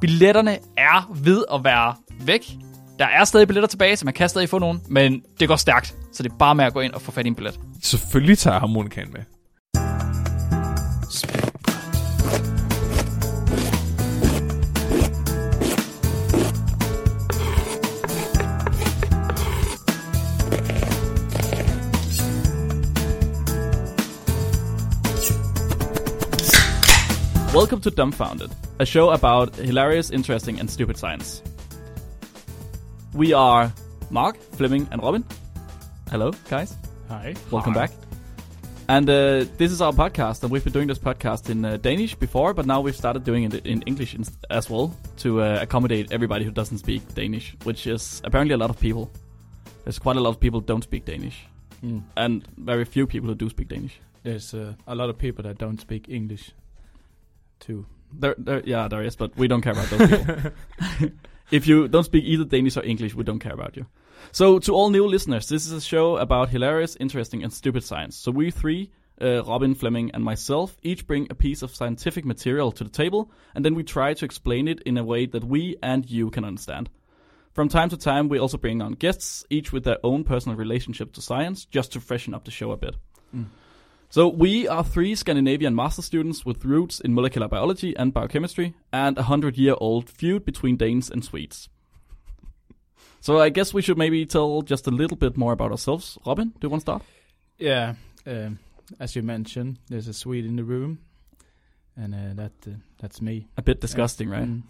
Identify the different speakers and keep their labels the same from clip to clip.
Speaker 1: Billetterne er ved at være væk. Der er stadig billetter tilbage, så man kan stadig få nogen, men det går stærkt. Så det er bare med at gå ind og få fat i en billet.
Speaker 2: Selvfølgelig tager jeg harmonikan med.
Speaker 3: Welcome to Dumbfounded, a show about hilarious, interesting, and stupid science. We are Mark, Fleming, and Robin. Hello, guys.
Speaker 4: Hi.
Speaker 3: Welcome back. And uh, this is our podcast, and we've been doing this podcast in uh, Danish before, but now we've started doing it in English in- as well to uh, accommodate everybody who doesn't speak Danish, which is apparently a lot of people. There's quite a lot of people who don't speak Danish,
Speaker 4: Mm.
Speaker 3: and very few people who do speak Danish.
Speaker 4: There's uh, a lot of people that don't speak English, too.
Speaker 3: There, there, yeah, there is, but we don't care about those people. if you don't speak either Danish or English, we don't care about you. So, to all new listeners, this is a show about hilarious, interesting, and stupid science. So, we three, uh, Robin, Fleming, and myself, each bring a piece of scientific material to the table, and then we try to explain it in a way that we and you can understand. From time to time, we also bring on guests, each with their own personal relationship to science, just to freshen up the show a bit. So we are three Scandinavian master students with roots in molecular biology and biochemistry, and a hundred-year-old feud between Danes and Swedes. So I guess we should maybe tell just a little bit more about ourselves. Robin, do you want to start?
Speaker 4: Yeah. Um, as you mentioned, there's a Swede in the room, and uh, that uh, that's me.
Speaker 3: A bit disgusting, right?
Speaker 4: Mm.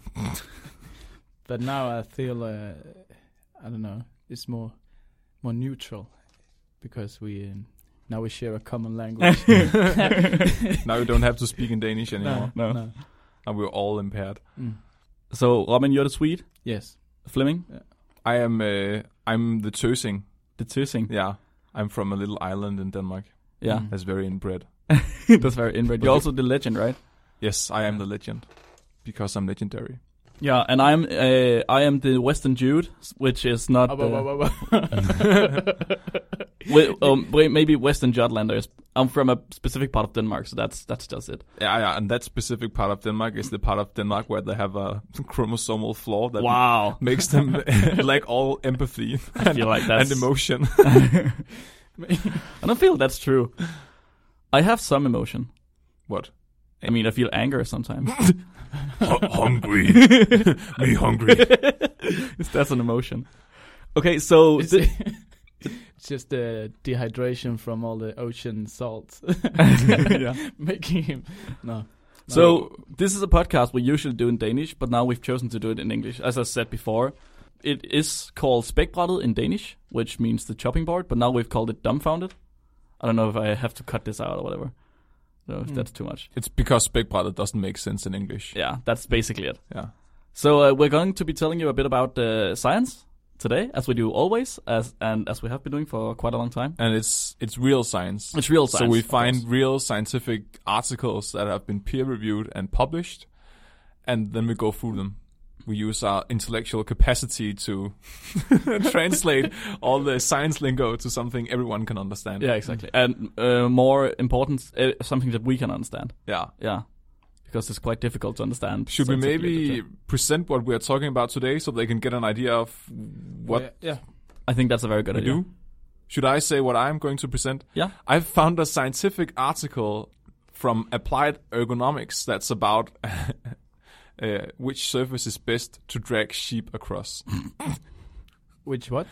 Speaker 4: but now I feel uh, I don't know. It's more more neutral because we um, now we share a common language.
Speaker 2: Now you don't have to speak in Danish anymore.
Speaker 3: No.
Speaker 2: And we're all impaired.
Speaker 4: Mm.
Speaker 3: So Robin, you're the Swede.
Speaker 4: Yes.
Speaker 3: Fleming,
Speaker 2: I am uh, I'm the Tøsing.
Speaker 3: the Tüsing.
Speaker 2: Yeah. I'm from a little island in Denmark.
Speaker 3: Yeah,
Speaker 2: That's very inbred.
Speaker 3: that's very inbred. You're also the legend, right?
Speaker 2: Yes, I am the legend. Because I'm legendary.
Speaker 3: Yeah, and I'm uh, I am the Western Jude, which is not.
Speaker 4: Oh, whoa,
Speaker 3: uh,
Speaker 4: whoa, whoa, whoa.
Speaker 3: Well, um, wait, maybe Western Jutlanders. I'm from a specific part of Denmark, so that's that's just it.
Speaker 2: Yeah, yeah, and that specific part of Denmark is the part of Denmark where they have a chromosomal flaw that
Speaker 3: wow,
Speaker 2: makes them lack all empathy
Speaker 3: I feel like
Speaker 2: and
Speaker 3: that's.
Speaker 2: emotion.
Speaker 3: I don't feel that's true. I have some emotion.
Speaker 2: What?
Speaker 3: I mean, I feel anger sometimes.
Speaker 2: hungry. Me hungry.
Speaker 3: that's an emotion. Okay, so
Speaker 4: Is
Speaker 3: thi-
Speaker 4: it- it's just the dehydration from all the ocean salt
Speaker 3: Yeah.
Speaker 4: making him no.
Speaker 3: so this is a podcast we usually do in Danish, but now we've chosen to do it in English. As I said before, it is called Spækbrættet in Danish, which means the chopping board. But now we've called it dumbfounded. I don't know if I have to cut this out or whatever. No, if
Speaker 4: Mm.
Speaker 3: that's too much.
Speaker 2: It's because Big Brother doesn't make sense in English.
Speaker 3: Yeah, that's basically it.
Speaker 2: Yeah.
Speaker 3: So uh, we're going to be telling you a bit about uh, science today, as we do always, as and as we have been doing for quite a long time.
Speaker 2: And it's it's real science.
Speaker 3: It's real science.
Speaker 2: so we
Speaker 3: of course.
Speaker 2: find real scientific articles that have been peer reviewed and published, and then we go through them. We use our intellectual capacity to translate all the science lingo to something everyone can understand.
Speaker 3: Yeah, exactly. And uh, more important, uh, something that we can understand.
Speaker 2: Yeah.
Speaker 3: Yeah, because it's quite difficult to understand.
Speaker 2: Should we
Speaker 3: scientific
Speaker 2: maybe
Speaker 3: literature.
Speaker 2: present what we are talking about today so they can get an idea of what
Speaker 4: yeah,
Speaker 3: I think that's a very good
Speaker 2: we
Speaker 3: idea.
Speaker 2: do? Should I say what I'm going to present?
Speaker 3: Yeah.
Speaker 2: I found a scientific article from Applied Ergonomics that's about uh, which surface is best to drag sheep across.
Speaker 4: which what?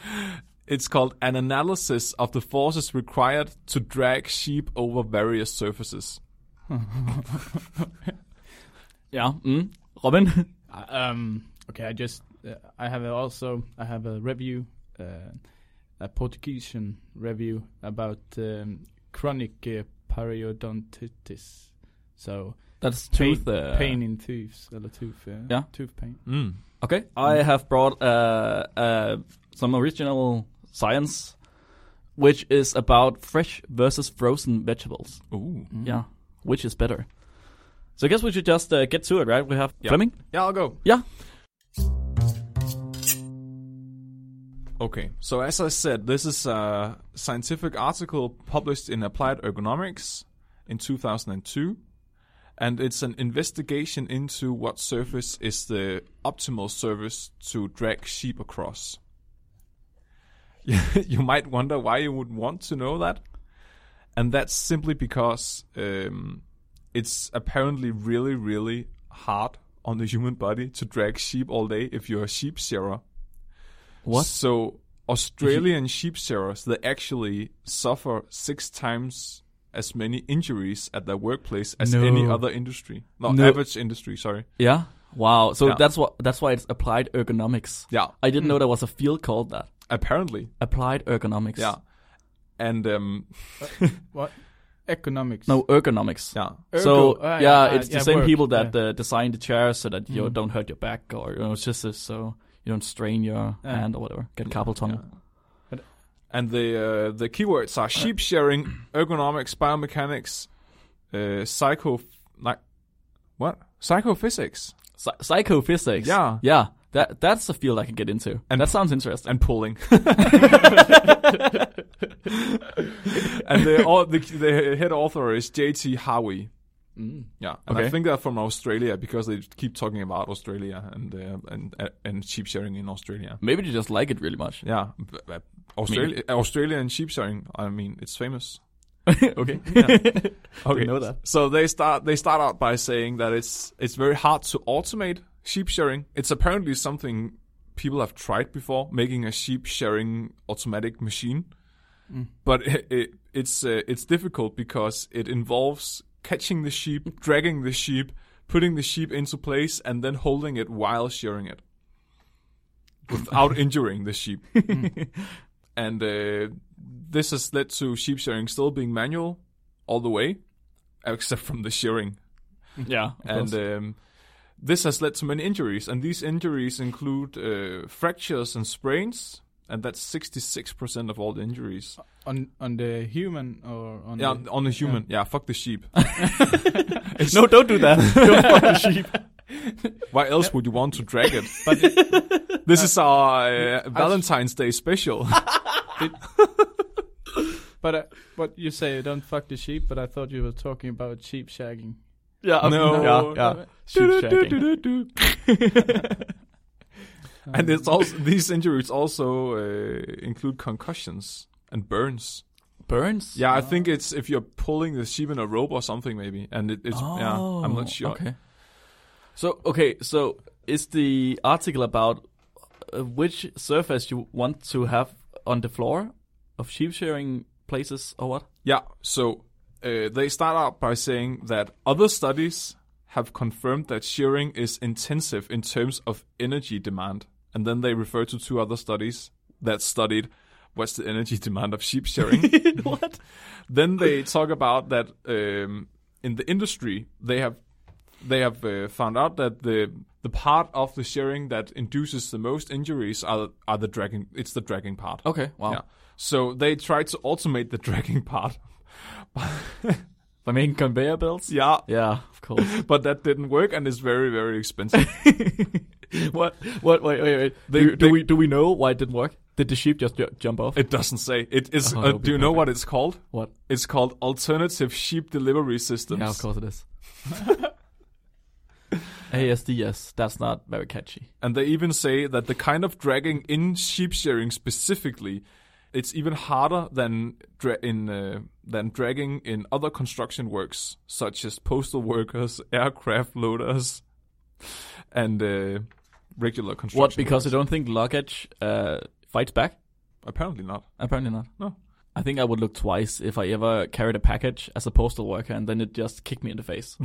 Speaker 2: It's called an analysis of the forces required to drag sheep over various surfaces.
Speaker 3: Yeah. Mm. Robin.
Speaker 4: Uh, um okay, I just uh, I have a- also I have a review uh, a Portuguese review about um, chronic uh, periodontitis. So
Speaker 3: that's
Speaker 4: pain,
Speaker 3: tooth. Uh,
Speaker 4: pain in teeth, eller tooth, yeah.
Speaker 3: Yeah.
Speaker 4: tooth pain.
Speaker 2: Mm.
Speaker 3: Okay, I have brought uh, uh, some original science, which is about fresh versus frozen vegetables.
Speaker 2: Ooh.
Speaker 3: Yeah, which is better? So I guess we should just uh, get to it, right? We have
Speaker 2: Yeah.
Speaker 3: Fleming.
Speaker 2: Yeah, I'll go.
Speaker 3: Yeah.
Speaker 2: Okay, so as I said, this is a scientific article published in Applied Ergonomics in 2002, and it's an investigation into what surface is the optimal surface to drag sheep across. you might wonder why you would want to know that, and that's simply because um, it's apparently really, really hard on the human body to drag sheep all day if you're a sheep shearer.
Speaker 3: What?
Speaker 2: So Australian sheep shearers they actually suffer six times as many injuries at their workplace as
Speaker 3: No.
Speaker 2: any other industry. No,
Speaker 3: No.
Speaker 2: average industry, sorry.
Speaker 3: Yeah. Wow. So
Speaker 2: Yeah. Hmm.
Speaker 3: that's what that's why it's applied ergonomics.
Speaker 2: Yeah,
Speaker 3: I didn't know there was a field called that.
Speaker 2: apparently.
Speaker 3: Applied ergonomics.
Speaker 2: Yeah. And um
Speaker 4: What? Economics.
Speaker 3: No ergonomics.
Speaker 2: yeah.
Speaker 3: So
Speaker 4: Ergo- ah,
Speaker 3: yeah,
Speaker 4: ah,
Speaker 3: it's the
Speaker 4: yeah,
Speaker 3: same
Speaker 4: work,
Speaker 3: people that
Speaker 4: yeah.
Speaker 3: uh, design the chairs so that you
Speaker 4: Mm.
Speaker 3: don't hurt your back or you know, it's just this, so you don't strain your
Speaker 4: Yeah.
Speaker 3: hand or whatever. Get carpal tunnel.
Speaker 2: Yeah. And the uh, the keywords are sheep shearing, ergonomics, biomechanics, uh, psycho like what psychophysics
Speaker 3: Psy- psychophysics.
Speaker 2: Yeah.
Speaker 3: Yeah. That that's a field I can get into.
Speaker 2: And-
Speaker 3: And that sounds interesting.
Speaker 2: and pulling. and the, au- the the head author is JT Howie.
Speaker 3: Mm.
Speaker 2: Yeah, and I
Speaker 3: Okay.
Speaker 2: think they're from Australia because they keep talking about Australia and uh, and and sheep shearing in Australia.
Speaker 3: Maybe you just like it really much.
Speaker 2: Yeah, b- b- Australia, Australia and sheep shearing. I mean, it's famous.
Speaker 3: okay.
Speaker 2: Okay,
Speaker 3: know that.
Speaker 2: So they start they start out by saying that it's it's very hard to automate sheep shearing. It's apparently something people have tried before, making a sheep shearing automatic machine,
Speaker 3: Mm.
Speaker 2: but it, it, it's uh, it's difficult because it involves catching the sheep, dragging the sheep, putting the sheep into place, and then holding it while shearing it without injuring the sheep.
Speaker 3: Mm.
Speaker 2: and uh, this has led to sheep shearing still being manual all the way, except from the shearing.
Speaker 3: yeah. of
Speaker 2: And
Speaker 3: course.
Speaker 2: um, this has led to many injuries, and these injuries include uh, fractures and sprains, and that's 66% of all the injuries.
Speaker 4: On on the human or on
Speaker 2: Yeah,
Speaker 4: the,
Speaker 2: on the human. Yeah, fuck the sheep.
Speaker 3: no, don't do that. don't fuck the sheep.
Speaker 2: Why else would you want to drag it? But this is our uh, Valentine's Day special.
Speaker 4: But uh, but you say you don't fuck the sheep, but I thought you were talking about sheep shagging.
Speaker 3: Yeah. okay.
Speaker 2: No.
Speaker 3: Yeah. yeah. Sheep shagging.
Speaker 2: and it's also these injuries also uh, include concussions and burns.
Speaker 3: Burns.
Speaker 2: Yeah, I think it's if you're pulling the sheep in a rope or something maybe, and it, it's yeah, I'm not sure.
Speaker 3: Oh, Okay. So okay, so is the article about uh, which surface you want to have on the floor of sheep shearing places or what?
Speaker 2: Yeah, so uh, they start out by saying that other studies have confirmed that shearing is intensive in terms of energy demand, and then they refer to two other studies that studied what's the energy demand of sheep shearing.
Speaker 3: what?
Speaker 2: then they talk about that um, in the industry they have they have uh, found out that the the part of the shearing that induces the most injuries are are the dragging it's the dragging part.
Speaker 3: Okay. Wow.
Speaker 2: Yeah. So they try to automate the dragging part.
Speaker 3: By making conveyor belts.
Speaker 2: Yeah,
Speaker 3: Yeah, of course.
Speaker 2: but that didn't work and it's very very expensive.
Speaker 3: what? What? Wait, wait, wait.
Speaker 2: They-
Speaker 3: do do
Speaker 2: they-
Speaker 3: we do we know why it didn't work? Did the sheep just ju- jump off?
Speaker 2: it doesn't say. It is
Speaker 3: Oh,
Speaker 2: uh,
Speaker 3: that
Speaker 2: do
Speaker 3: would be
Speaker 2: you know what it's called?
Speaker 3: what?
Speaker 2: It's called alternative sheep delivery systems.
Speaker 3: Yeah, of course it is. ASDS. That's not very catchy.
Speaker 2: And they even say that the kind of dragging in sheep shearing specifically, it's even harder than dra- in uh, than dragging in other construction works such as postal workers, aircraft loaders, and uh, regular construction.
Speaker 3: What? Because I
Speaker 2: workers.
Speaker 3: don't think luggage uh, fights back.
Speaker 2: apparently not.
Speaker 3: Apparently not.
Speaker 2: No.
Speaker 3: I think I would look twice if I ever carried a package as a postal worker and then it just kicked me in the face.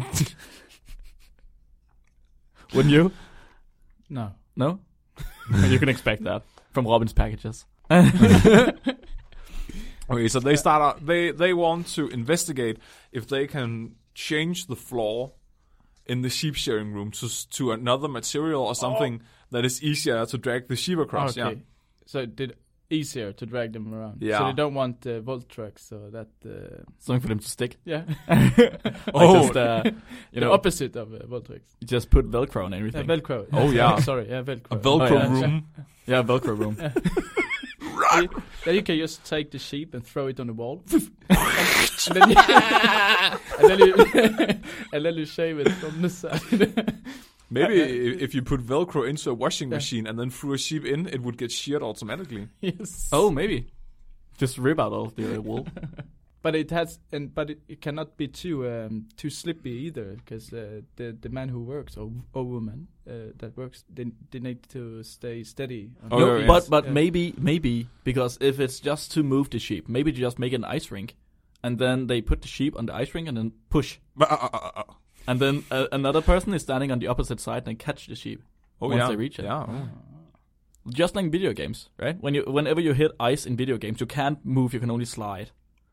Speaker 3: Wouldn't you?
Speaker 4: No.
Speaker 3: No? you can expect that from Robin's packages.
Speaker 2: Okay, so they start out. They they want to investigate if they can change the floor in the sheep shearing room to to another material or something
Speaker 3: Oh.
Speaker 2: that is easier to drag the sheep across. Yeah.
Speaker 4: So did easier to drag them around. So
Speaker 2: Yeah.
Speaker 4: they don't want the volt trucks so that uh,
Speaker 3: Something for them to stick.
Speaker 4: yeah,
Speaker 3: Oh,
Speaker 2: Oh.
Speaker 3: just, uh, you
Speaker 4: the
Speaker 3: know,
Speaker 4: opposite of uh, volt trucks.
Speaker 3: just put Velcro on
Speaker 4: Yeah,
Speaker 3: everything.
Speaker 4: Velcro.
Speaker 2: Oh, yeah.
Speaker 4: sorry, yeah, Velcro.
Speaker 2: A Velcro
Speaker 3: Oh, yeah.
Speaker 2: room.
Speaker 3: yeah, Velcro room.
Speaker 4: Yeah, you- yeah, you can just take the sheep and throw it on the wall. and, and then you, and, then you and then you shave it from the side.
Speaker 2: Maybe
Speaker 4: Yeah,
Speaker 2: i- if you put Velcro into a washing
Speaker 4: Yeah.
Speaker 2: machine and then threw a sheep in, it would get sheared automatically.
Speaker 4: yes.
Speaker 3: oh, maybe. Just rip out all the uh, wool.
Speaker 4: But it has, and but it, it cannot be too um, too slippy either, because uh, the the man who works or or woman uh, that works, they they need to stay steady. on
Speaker 2: Oh,
Speaker 4: their
Speaker 2: yeah,
Speaker 3: no,
Speaker 2: yeah.
Speaker 4: feet.
Speaker 3: but but
Speaker 4: Yeah.
Speaker 3: maybe maybe because if it's just to move the sheep, maybe just make an ice rink, and then they put the sheep on the ice rink and then push, and then uh, another person is standing on the opposite side and catch the sheep
Speaker 2: Oh
Speaker 3: once
Speaker 2: yeah.
Speaker 3: they reach it. Hmm.
Speaker 2: Yeah. oh.
Speaker 3: Just like in video games, right? When you whenever you hit ice in video games, you can't move, you can only slide.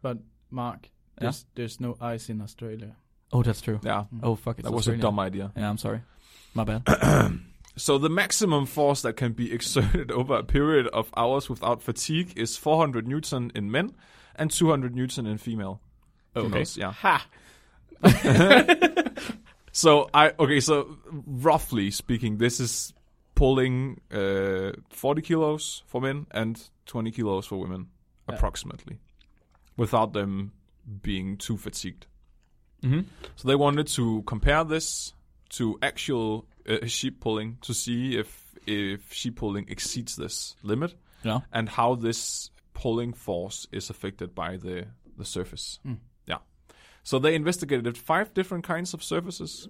Speaker 4: but Mark,
Speaker 3: Yeah?
Speaker 4: there's there's no ice in Australia.
Speaker 3: Oh, that's true.
Speaker 2: Yeah.
Speaker 3: Oh fuck, it's
Speaker 2: that was a
Speaker 3: Australia.
Speaker 2: dumb idea.
Speaker 3: Yeah, I'm sorry. My bad.
Speaker 2: So the maximum force that can be exerted over a period of hours without fatigue is 400 newton in men and 200 newton in female. Females, yeah.
Speaker 4: Ha!
Speaker 2: So I okay. So roughly speaking, this is pulling uh, 40 kilos for men and 20 kilos for women,
Speaker 4: Yeah.
Speaker 2: approximately, without them being too fatigued.
Speaker 3: Mhm.
Speaker 2: So they wanted to compare this to actual uh, sheep pulling to see if if sheep pulling exceeds this limit
Speaker 3: Yeah.
Speaker 2: and how this pulling force is affected by the the surface.
Speaker 3: Hmm.
Speaker 2: Yeah. So they investigated five different kinds of surfaces.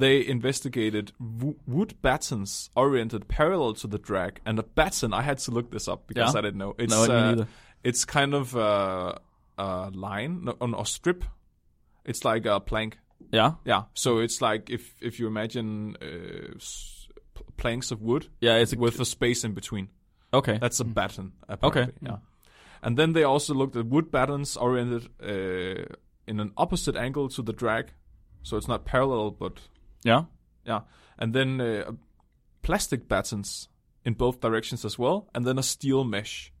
Speaker 2: They investigated wo- wood battens oriented parallel to the drag, and a batten I had to look this up because
Speaker 3: Yeah.
Speaker 2: I didn't know. It's
Speaker 3: No, I didn't
Speaker 2: uh,
Speaker 3: either.
Speaker 2: it's kind of a, a line no, or strip. It's like a plank.
Speaker 3: Yeah.
Speaker 2: Yeah. So it's like if if you imagine uh, s- p- planks of wood
Speaker 3: Yeah. It's a,
Speaker 2: with a space in between.
Speaker 3: okay.
Speaker 2: That's a batten. Apparently.
Speaker 3: Hmm. Okay.
Speaker 2: Yeah. And then they also looked at wood battens oriented uh, in an opposite angle to the drag, so it's not parallel, but
Speaker 3: Yeah.
Speaker 2: yeah. And then uh, plastic battens in both directions as well, and then a steel mesh.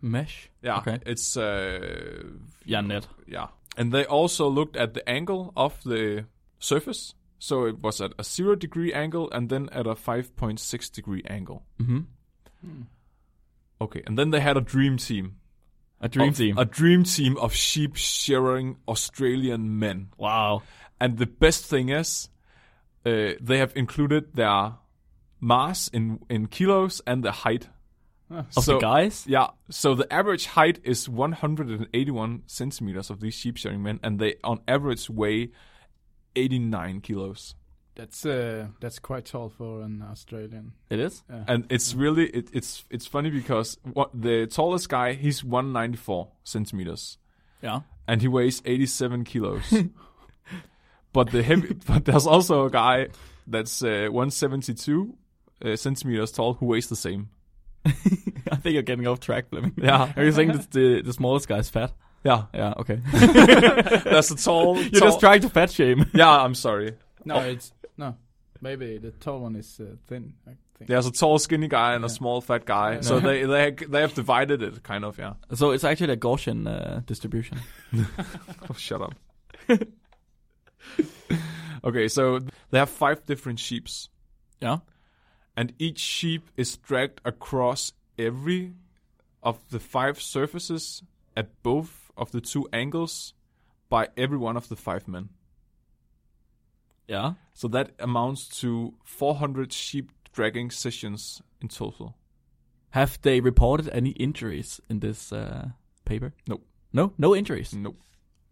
Speaker 3: Mesh.
Speaker 2: Yeah.
Speaker 3: Okay.
Speaker 2: It's uh,
Speaker 3: Yeah. Net.
Speaker 2: yeah. And they also looked at the angle of the surface. So it was at a zero degree angle and then at a 5.6 degree angle. Hmm.
Speaker 3: Mm-hmm.
Speaker 2: Okay. And then they had a dream team.
Speaker 3: A dream
Speaker 2: of-
Speaker 3: team.
Speaker 2: A dream team of sheep shearing Australian men.
Speaker 3: wow.
Speaker 2: And the best thing is, uh, they have included their mass in, in kilos and the height.
Speaker 3: Of the guys.
Speaker 2: Yeah, so the average height is 181 centimeters of these sheep shearing men, and they on average weigh 89 kilos.
Speaker 4: That's uh that's quite tall for an Australian.
Speaker 3: It is.
Speaker 2: And it's really it, it's it's funny because what, the tallest guy he's 194 centimeters,
Speaker 3: Yeah.
Speaker 2: and he weighs 87 kilos. but the heavy, but there's also a guy that's uh, 172 uh, centimeters tall who weighs the same.
Speaker 3: I think you're getting off track, Fleming.
Speaker 2: Yeah,
Speaker 3: Are you saying that the, the smallest guy's fat?
Speaker 2: yeah.
Speaker 3: Yeah, okay.
Speaker 2: That's a tall.
Speaker 3: You're just trying to fat shame.
Speaker 2: yeah, I'm sorry.
Speaker 4: No,
Speaker 3: Oh.
Speaker 4: it's no. Maybe the tall one is uh, thin. I think.
Speaker 2: There's a tall skinny guy and a
Speaker 4: Yeah.
Speaker 2: small fat guy. So they they they have divided it kind of, yeah.
Speaker 3: So it's actually a Gaussian uh, distribution.
Speaker 2: Oh, shut up. okay, so they have five different sheeps
Speaker 3: Yeah.
Speaker 2: and each sheep is dragged across every of the five surfaces at both of the two angles by every one of the five men.
Speaker 3: Yeah.
Speaker 2: So that amounts to 400 sheep dragging sessions in total.
Speaker 3: Have they reported any injuries in this uh, paper?
Speaker 2: No.
Speaker 3: No? Mm, No injuries.
Speaker 2: Nope.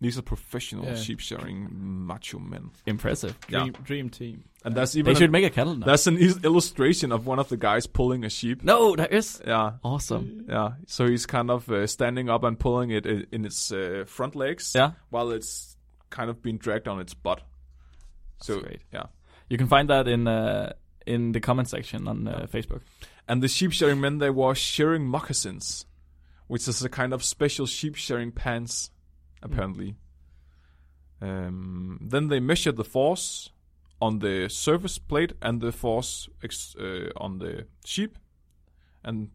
Speaker 2: These are professional
Speaker 4: Yeah.
Speaker 2: sheep shearing macho men.
Speaker 3: Impressive.
Speaker 4: Dream, dream team.
Speaker 2: And that's
Speaker 3: They
Speaker 2: even
Speaker 3: should make a cattle now.
Speaker 2: That's an is- illustration of one of the guys pulling a sheep.
Speaker 3: no, that is
Speaker 2: Yeah,
Speaker 3: awesome.
Speaker 2: yeah. So he's kind of uh, standing up and pulling it i- in its uh, front legs
Speaker 3: Yeah.
Speaker 2: while it's kind of being dragged on its butt. So
Speaker 3: great.
Speaker 2: yeah.
Speaker 3: You can find that in uh, in the comment section on uh, Facebook.
Speaker 2: And the sheep shearing men they wore shearing moccasins, which is a kind of special sheep shearing pants, apparently. Um, then they measured the force on the surface plate and the force ex- uh, on the sheep, and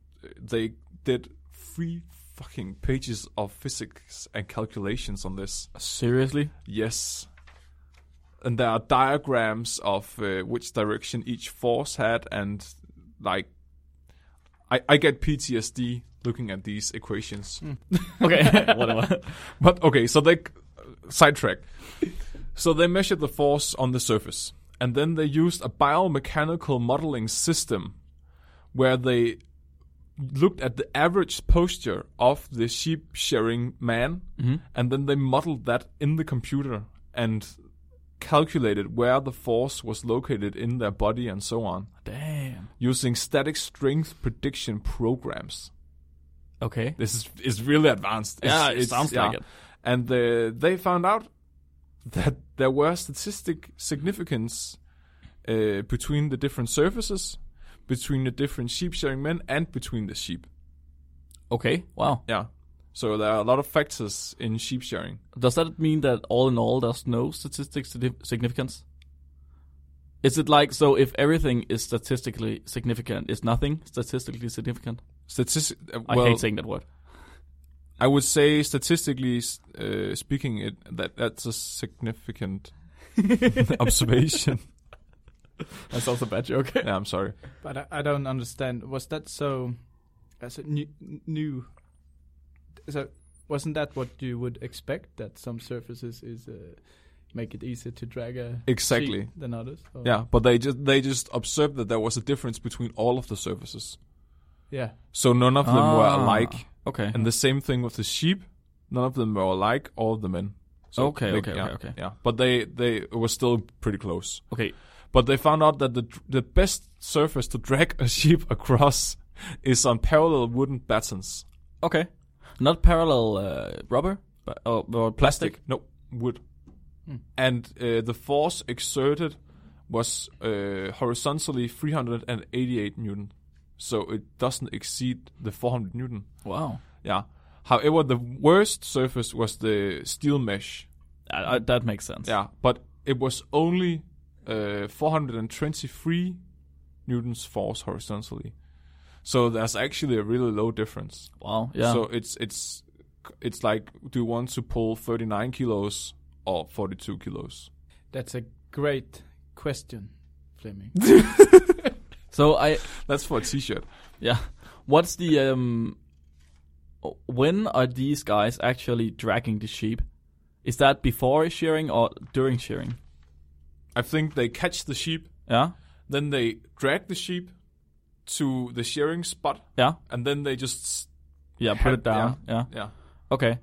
Speaker 2: they did three fucking pages of physics and calculations on this.
Speaker 1: Seriously?
Speaker 2: Yes. And there are diagrams of uh, which direction each force had, and like, I, I get PTSD looking at these equations.
Speaker 3: Okay, whatever.
Speaker 2: But okay, so they sidetrack. So they measured the force on the surface, and then they used a biomechanical modeling system, where they looked at the average posture of the sheep shearing man,
Speaker 3: Mm-hmm.
Speaker 2: and then they modeled that in the computer and calculated where the force was located in their body and so on
Speaker 1: Damn.
Speaker 2: using static strength prediction programs.
Speaker 1: Okay.
Speaker 2: This is is really advanced.
Speaker 3: Yeah, it sounds like it.
Speaker 2: And the, they found out that there were statistic significance uh, between the different surfaces, between the different sheep shearing men, and between the sheep.
Speaker 1: Okay. Wow.
Speaker 2: Yeah. So there are a lot of factors in sheep shearing.
Speaker 3: Does that mean that all in all, there's no statistic sidi- significance? Is it like so? If everything is statistically significant, is nothing statistically significant?
Speaker 2: Statistic. uh,
Speaker 3: I
Speaker 2: well,
Speaker 3: hate saying that word.
Speaker 2: I would say statistically s- uh, speaking, it, that that's a significant observation.
Speaker 3: That sounds a bad joke.
Speaker 2: Yeah, I'm sorry.
Speaker 4: But I, I don't understand. Was that so? As a new, new. So wasn't that what you would expect? That some surfaces is uh, make it easier to drag a
Speaker 2: Exactly.
Speaker 4: sheep than others. Or-
Speaker 2: Yeah, but they just they just observed that there was a difference between all of the surfaces.
Speaker 4: Yeah.
Speaker 2: So none of them
Speaker 3: Ah. Mm-hmm.
Speaker 2: were alike.
Speaker 3: Okay.
Speaker 2: And the same thing with the sheep. None of them were alike, all of the men. So
Speaker 3: Okay,
Speaker 2: they-
Speaker 3: okay,
Speaker 2: yeah,
Speaker 3: okay, okay.
Speaker 2: Yeah, but they they were still pretty close.
Speaker 3: Okay.
Speaker 2: But they found out that the the best surface to drag a sheep across is on parallel wooden battens.
Speaker 3: Okay. Not parallel uh, rubber, but or, or plastic.
Speaker 2: No, wood. And uh, the force exerted was uh, horizontally 388 newton, so it doesn't exceed the 400 newton.
Speaker 1: Wow.
Speaker 2: Yeah. However, the worst surface was the steel mesh.
Speaker 3: I, I, that makes sense.
Speaker 2: Yeah, but it was only uh, 423 newtons force horizontally. So there's actually a really low difference.
Speaker 3: Wow. Yeah.
Speaker 2: So it's it's it's like do you want to pull 39 kilos or 42 kilos?
Speaker 4: That's a great question, Fleming.
Speaker 3: so I
Speaker 2: That's for a t-shirt.
Speaker 3: Yeah. What's the um when are these guys actually dragging the sheep? Is that before shearing or during shearing?
Speaker 2: I think they catch the sheep,
Speaker 3: Yeah.
Speaker 2: then they drag the sheep to the shearing spot,
Speaker 3: Yeah.
Speaker 2: and then they just
Speaker 3: Yeah, put it down. Yeah.
Speaker 2: yeah.
Speaker 3: Okay.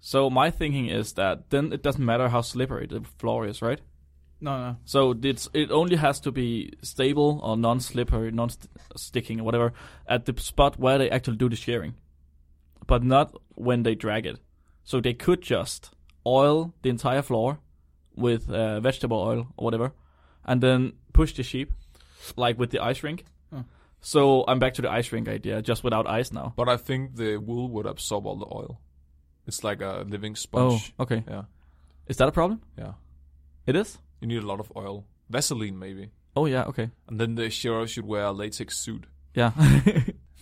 Speaker 3: So my thinking is that then it doesn't matter how slippery the floor is, right?
Speaker 4: no, no.
Speaker 3: So it's it only has to be stable or non-slippery, non-sticking or whatever at the spot where they actually do the shearing, but not when they drag it. So they could just oil the entire floor with uh, vegetable oil or whatever, and then push the sheep, like with the ice rink.
Speaker 4: Huh.
Speaker 3: So I'm back to the ice rink idea, just without ice now.
Speaker 2: But I think the wool would absorb all the oil. It's like a living sponge.
Speaker 3: Oh, okay.
Speaker 2: Yeah,
Speaker 3: Is that a problem?
Speaker 2: yeah.
Speaker 3: It is.
Speaker 2: You need a lot of oil, Vaseline maybe,
Speaker 3: Oh yeah. Okay.
Speaker 2: and then the shearer should wear a latex suit.
Speaker 3: Yeah.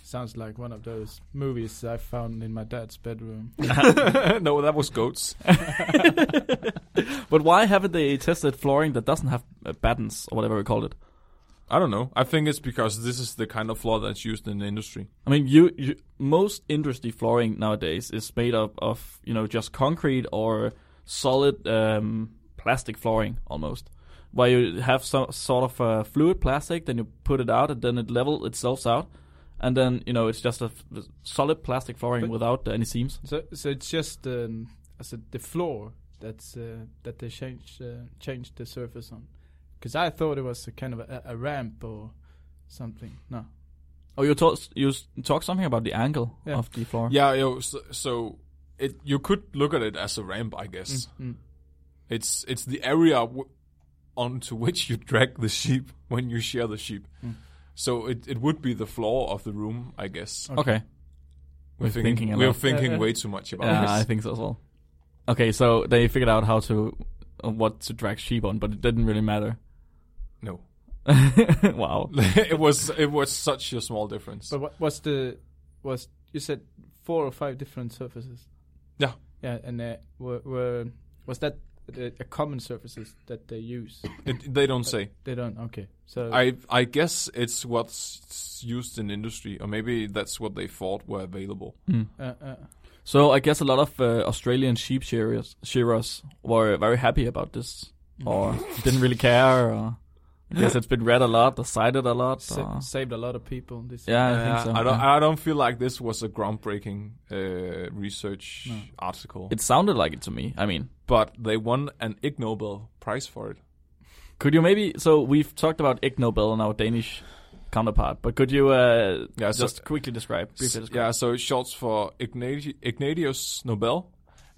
Speaker 4: Sounds like one of those movies I found in my dad's bedroom.
Speaker 2: no, that was goats.
Speaker 3: but why haven't they tested flooring that doesn't have uh, battens or whatever we called it?
Speaker 2: I don't know. I think it's because this is the kind of floor that's used in the industry.
Speaker 3: I mean, you, you most industry flooring nowadays is made up of you know just concrete or solid um, plastic flooring almost, where you have some sort of uh, fluid plastic, then you put it out, and then it level itself out, and then you know it's just a f- solid plastic flooring
Speaker 4: But-
Speaker 3: without any seams.
Speaker 4: so, so it's just um, I said the floor that's uh, that they changed uh, changed the surface on, because I thought it was a kind of a, a ramp or something. No,
Speaker 3: Oh, you talk you s- talk something about the angle
Speaker 4: Yeah.
Speaker 3: of the floor.
Speaker 2: Yeah, yo, so, so it you could look at it as a ramp, I guess.
Speaker 4: Mm.
Speaker 2: It's it's the area w- onto which you drag the sheep when you shear the sheep.
Speaker 3: Mm.
Speaker 2: So it, it would be the floor of the room, I guess.
Speaker 3: Okay.
Speaker 2: We're
Speaker 3: thinking a
Speaker 2: we're
Speaker 3: lot.
Speaker 2: thinking
Speaker 4: Yeah,
Speaker 2: way too much about
Speaker 3: Yeah, I
Speaker 2: this.
Speaker 3: think so as well. uh, Okay, so they figured out how to uh, what to drag sheep on, but it didn't really matter.
Speaker 2: No,
Speaker 3: wow.
Speaker 2: it was it was such a small difference.
Speaker 4: But what was the was you said four or five different surfaces?
Speaker 2: Yeah.
Speaker 4: Yeah, and uh, were, were was that the a common surfaces that they use?
Speaker 2: It, they don't say.
Speaker 4: they don't. Okay, so
Speaker 2: I I guess it's what's used in industry, or maybe that's what they thought were available.
Speaker 4: uh, uh,
Speaker 3: So I guess a lot of uh, Australian sheep shearers, shearers were very happy about this, or didn't really care. Or I guess it's been read a lot, or cited a lot.
Speaker 4: sa-
Speaker 3: or-
Speaker 4: saved a lot of people. This
Speaker 3: yeah, I
Speaker 2: Yeah,
Speaker 3: think so.
Speaker 2: I don't
Speaker 3: yeah.
Speaker 2: I don't feel like this was a groundbreaking uh, research article,
Speaker 3: it sounded like it to me. I mean,
Speaker 2: but they won an Ig Nobel prize for it.
Speaker 3: could you maybe? So we've talked about Ig Nobel and our Danish counterpart, but could you uh,
Speaker 2: Yeah, so-
Speaker 3: just quickly describe? Briefly
Speaker 2: S-
Speaker 3: describe.
Speaker 2: Yeah, so it's short for Ignati- Ignatius Nobel,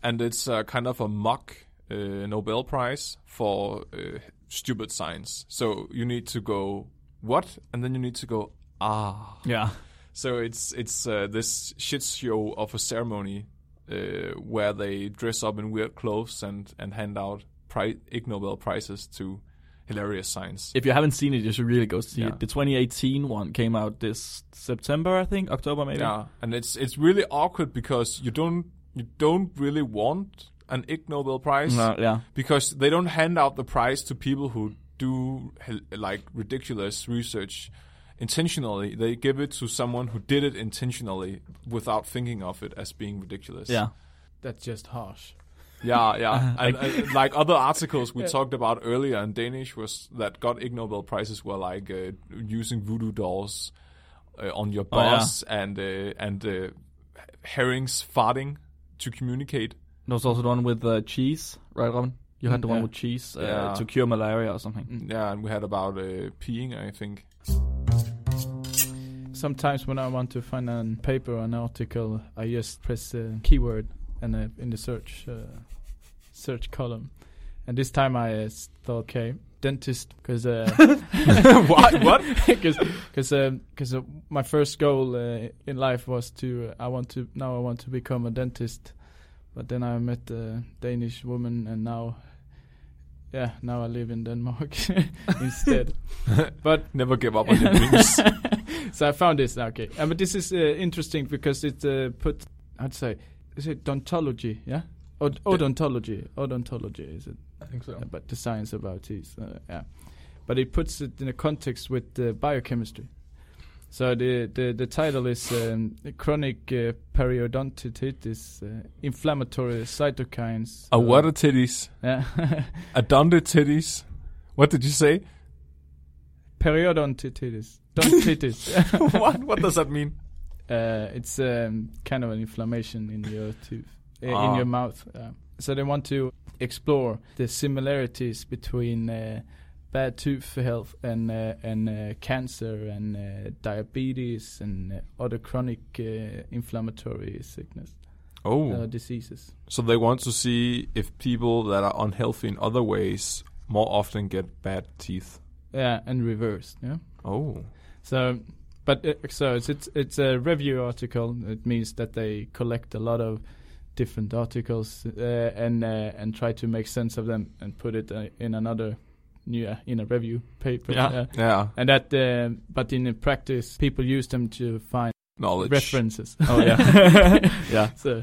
Speaker 2: and it's uh, kind of a mock uh, Nobel Prize for uh, stupid science. So you need to go what, and then you need to go ah.
Speaker 3: Yeah.
Speaker 2: So it's it's uh, this shit show of a ceremony uh, where they dress up in weird clothes and and hand out pri- Ig Nobel prizes to hilarious science.
Speaker 3: If you haven't seen it, you should really go see
Speaker 2: Yeah.
Speaker 3: it. The 2018 one came out this September, I think, October maybe.
Speaker 2: Yeah, and it's it's really awkward because you don't you don't really want an Ig Nobel Prize
Speaker 3: No, Uh, yeah.
Speaker 2: because they don't hand out the prize to people who do hel- like ridiculous research intentionally. They give it to someone who did it intentionally without thinking of it as being ridiculous.
Speaker 3: Yeah.
Speaker 4: that's just harsh.
Speaker 2: yeah, yeah. and, and, Uh-huh. like other articles we talked about earlier in Danish was that got Ig Nobel prizes were like uh, using voodoo dolls uh, on your
Speaker 3: Oh, yeah.
Speaker 2: bus and uh, and uh, herrings farting to communicate.
Speaker 3: There was also the one with uh, cheese, right, Robin? You had the one with cheese uh,
Speaker 2: Yeah.
Speaker 3: to cure malaria or something.
Speaker 2: Yeah, and we had about uh, peeing, I think.
Speaker 4: Sometimes when I want to find a paper or an article, I just press the keyword and uh, in the search uh, search column. And this time I uh, s- thought, okay, dentist, uh, because
Speaker 2: what? What?
Speaker 4: because uh, my first goal uh, in life was to uh, I want to now I want to become a dentist, but then I met a Danish woman and now, yeah, now I live in Denmark instead. but
Speaker 2: Never give up on your dreams.
Speaker 4: so I found this. Okay, Uh, but this is uh, interesting because it uh, put I'd say is it odontology? Yeah, Od- odontology. Odontology is it?
Speaker 2: I think so.
Speaker 4: But the science about teeth. Uh, yeah, but it puts it in a context with uh, biochemistry. So the the, the title is um, chronic uh, periodontitis, uh, inflammatory cytokines.
Speaker 2: A what a titties.
Speaker 4: Yeah.
Speaker 2: A dunder titties. What did you say?
Speaker 4: periodontitis. Dontitis.
Speaker 2: what? What does that mean?
Speaker 4: uh, it's um, kind of an inflammation in your tooth, uh, in
Speaker 2: Ah.
Speaker 4: your mouth. Uh, so they want to explore the similarities between uh, bad tooth health and uh, and uh, cancer and uh, diabetes and uh, other chronic uh, inflammatory sickness
Speaker 2: Oh.
Speaker 4: uh, diseases.
Speaker 2: So they want to see if people that are unhealthy in other ways more often get bad teeth.
Speaker 4: Yeah, and reversed. Yeah.
Speaker 2: Oh.
Speaker 4: So, but uh, so it's, it's it's a review article. It means that they collect a lot of different articles uh, and uh, and try to make sense of them and put it uh, in another, yeah, in a review paper.
Speaker 3: Yeah.
Speaker 2: Yeah.
Speaker 4: And that, uh, but in practice, people use them to find
Speaker 2: Knowledge.
Speaker 4: references.
Speaker 3: Oh, yeah. yeah.
Speaker 4: So,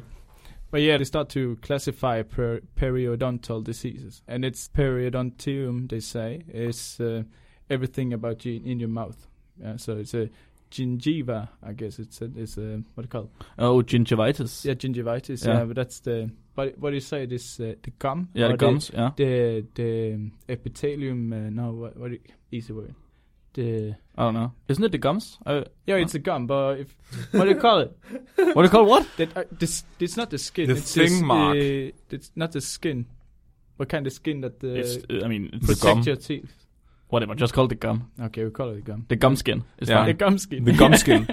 Speaker 4: but yeah, they start to classify per- periodontal diseases, and it's periodontium. They say is uh, everything about you in your mouth. Yeah, so it's a gingiva, I guess it's a, it's a what do you call? it?
Speaker 3: Oh, gingivitis.
Speaker 4: Yeah, gingivitis. Yeah,
Speaker 3: Yeah.
Speaker 4: but that's the. But what do you say? This uh, the gum?
Speaker 3: Yeah,
Speaker 4: or
Speaker 3: the gums, yeah.
Speaker 4: The the um, epithelium. Uh, no, what what? do you- Easy word. The
Speaker 3: I don't know. Isn't it the gums? Uh,
Speaker 4: yeah, it's a gum, but if what do you call it?
Speaker 3: what do you call what?
Speaker 4: That uh, this it's not the skin.
Speaker 2: The
Speaker 4: it's
Speaker 2: thing
Speaker 4: this,
Speaker 2: mark.
Speaker 4: uh, it's not the skin. What kind of skin that the
Speaker 3: it's, uh, I mean,
Speaker 2: the
Speaker 3: it's
Speaker 4: protect
Speaker 3: the
Speaker 2: gum.
Speaker 4: your teeth?
Speaker 3: Whatever, just call it the gum.
Speaker 4: Okay, we call it gum.
Speaker 3: The gum skin. It's
Speaker 2: Yeah.
Speaker 4: The
Speaker 3: fine.
Speaker 4: gum skin.
Speaker 2: The gum skin.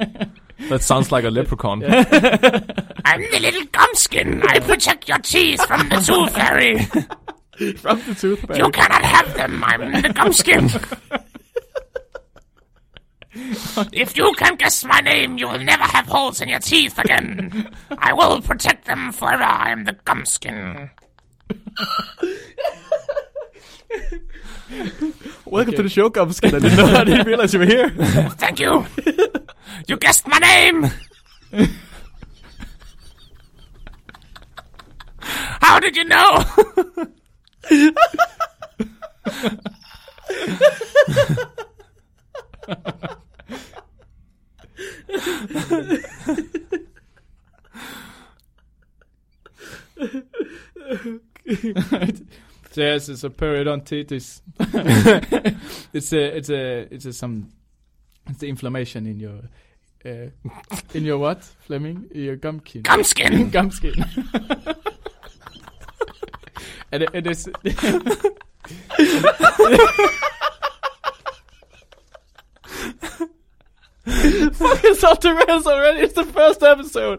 Speaker 2: that sounds like a leprechaun.
Speaker 5: I'm the little gumskin. I protect your teeth from the tooth fairy.
Speaker 3: From the tooth
Speaker 5: You cannot have them. I'm the gumskin. If you can guess my name, you will never have holes in your teeth again. I will protect them forever. I'm the gumskin.
Speaker 3: Welcome to the show, Gumskin. I didn't know. I didn't realize you were here.
Speaker 5: Thank you. you guessed my name. How did you know?
Speaker 4: So yes, it's a periodontitis. it's a it's a it's a some it's the inflammation in your uh, in your what Fleming your gumkin
Speaker 5: Gumskin.
Speaker 4: gumskin. and it, it is
Speaker 3: it's off the rails already. It's the first episode.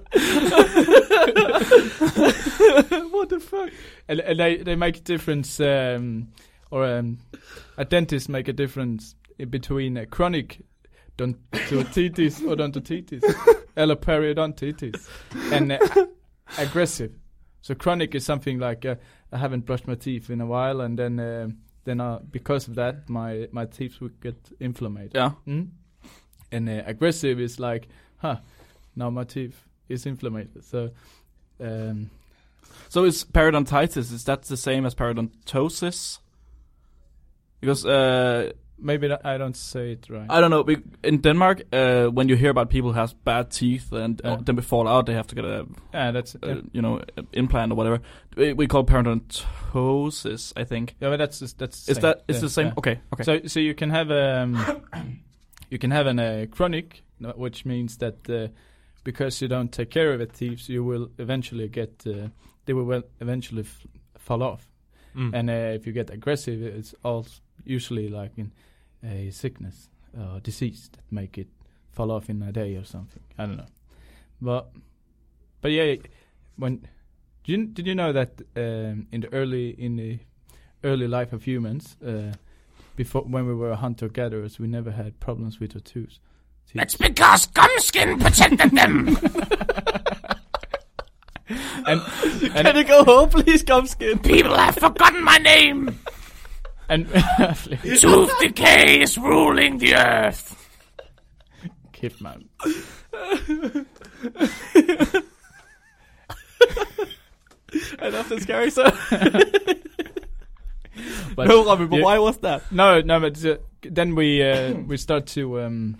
Speaker 4: what the fuck? And, and they they make a difference, um, or um, a dentist make a difference in between a chronic odontitis, odontitis, eller periodontitis, and uh, aggressive. So chronic is something like uh, I haven't brushed my teeth in a while, and then um then uh, because of that, my my teeth would get inflamed.
Speaker 3: Yeah.
Speaker 4: Mm? And uh, aggressive is like, huh, now my teeth is inflamed. So. Um,
Speaker 3: So it's periodontitis. Is that the same as periodontosis? Because uh,
Speaker 4: Maybe tha- I don't say it right.
Speaker 3: I don't know. be- In Denmark, uh, when you hear about people who have bad teeth and uh,
Speaker 4: Yeah.
Speaker 3: then they fall out, they have to get a
Speaker 4: yeah, Ah, that's
Speaker 3: uh,
Speaker 4: yeah.
Speaker 3: you know a implant or whatever. We, we call periodontosis. I think
Speaker 4: yeah, but that's just- that's
Speaker 3: is that is
Speaker 4: yeah,
Speaker 3: the same.
Speaker 4: yeah.
Speaker 3: Okay, okay.
Speaker 4: So so you can have um you can have an uh, chronic, no- which means that uh, because you don't take care of your teeth, you will eventually get uh, they will wel- eventually f- fall off.
Speaker 2: Mm.
Speaker 4: And uh, if you get aggressive, it's all usually like in a sickness or disease that make it fall off in a day or something. I don't know, but but yeah, when did you, did you know that um, in the early in the early life of humans, uh, before when we were hunter gatherers, we never had problems with our tooth.
Speaker 5: That's because Gumskin protected them.
Speaker 4: And
Speaker 3: Can you go home, please, Gumskin?
Speaker 5: People have forgotten my name.
Speaker 4: and
Speaker 5: Tooth decay is ruling the earth.
Speaker 4: Keep man.
Speaker 3: Enough this character.
Speaker 4: But
Speaker 3: no, Robin, but
Speaker 4: you-
Speaker 3: why was that?
Speaker 4: No, no, but uh, then we uh, we start to um,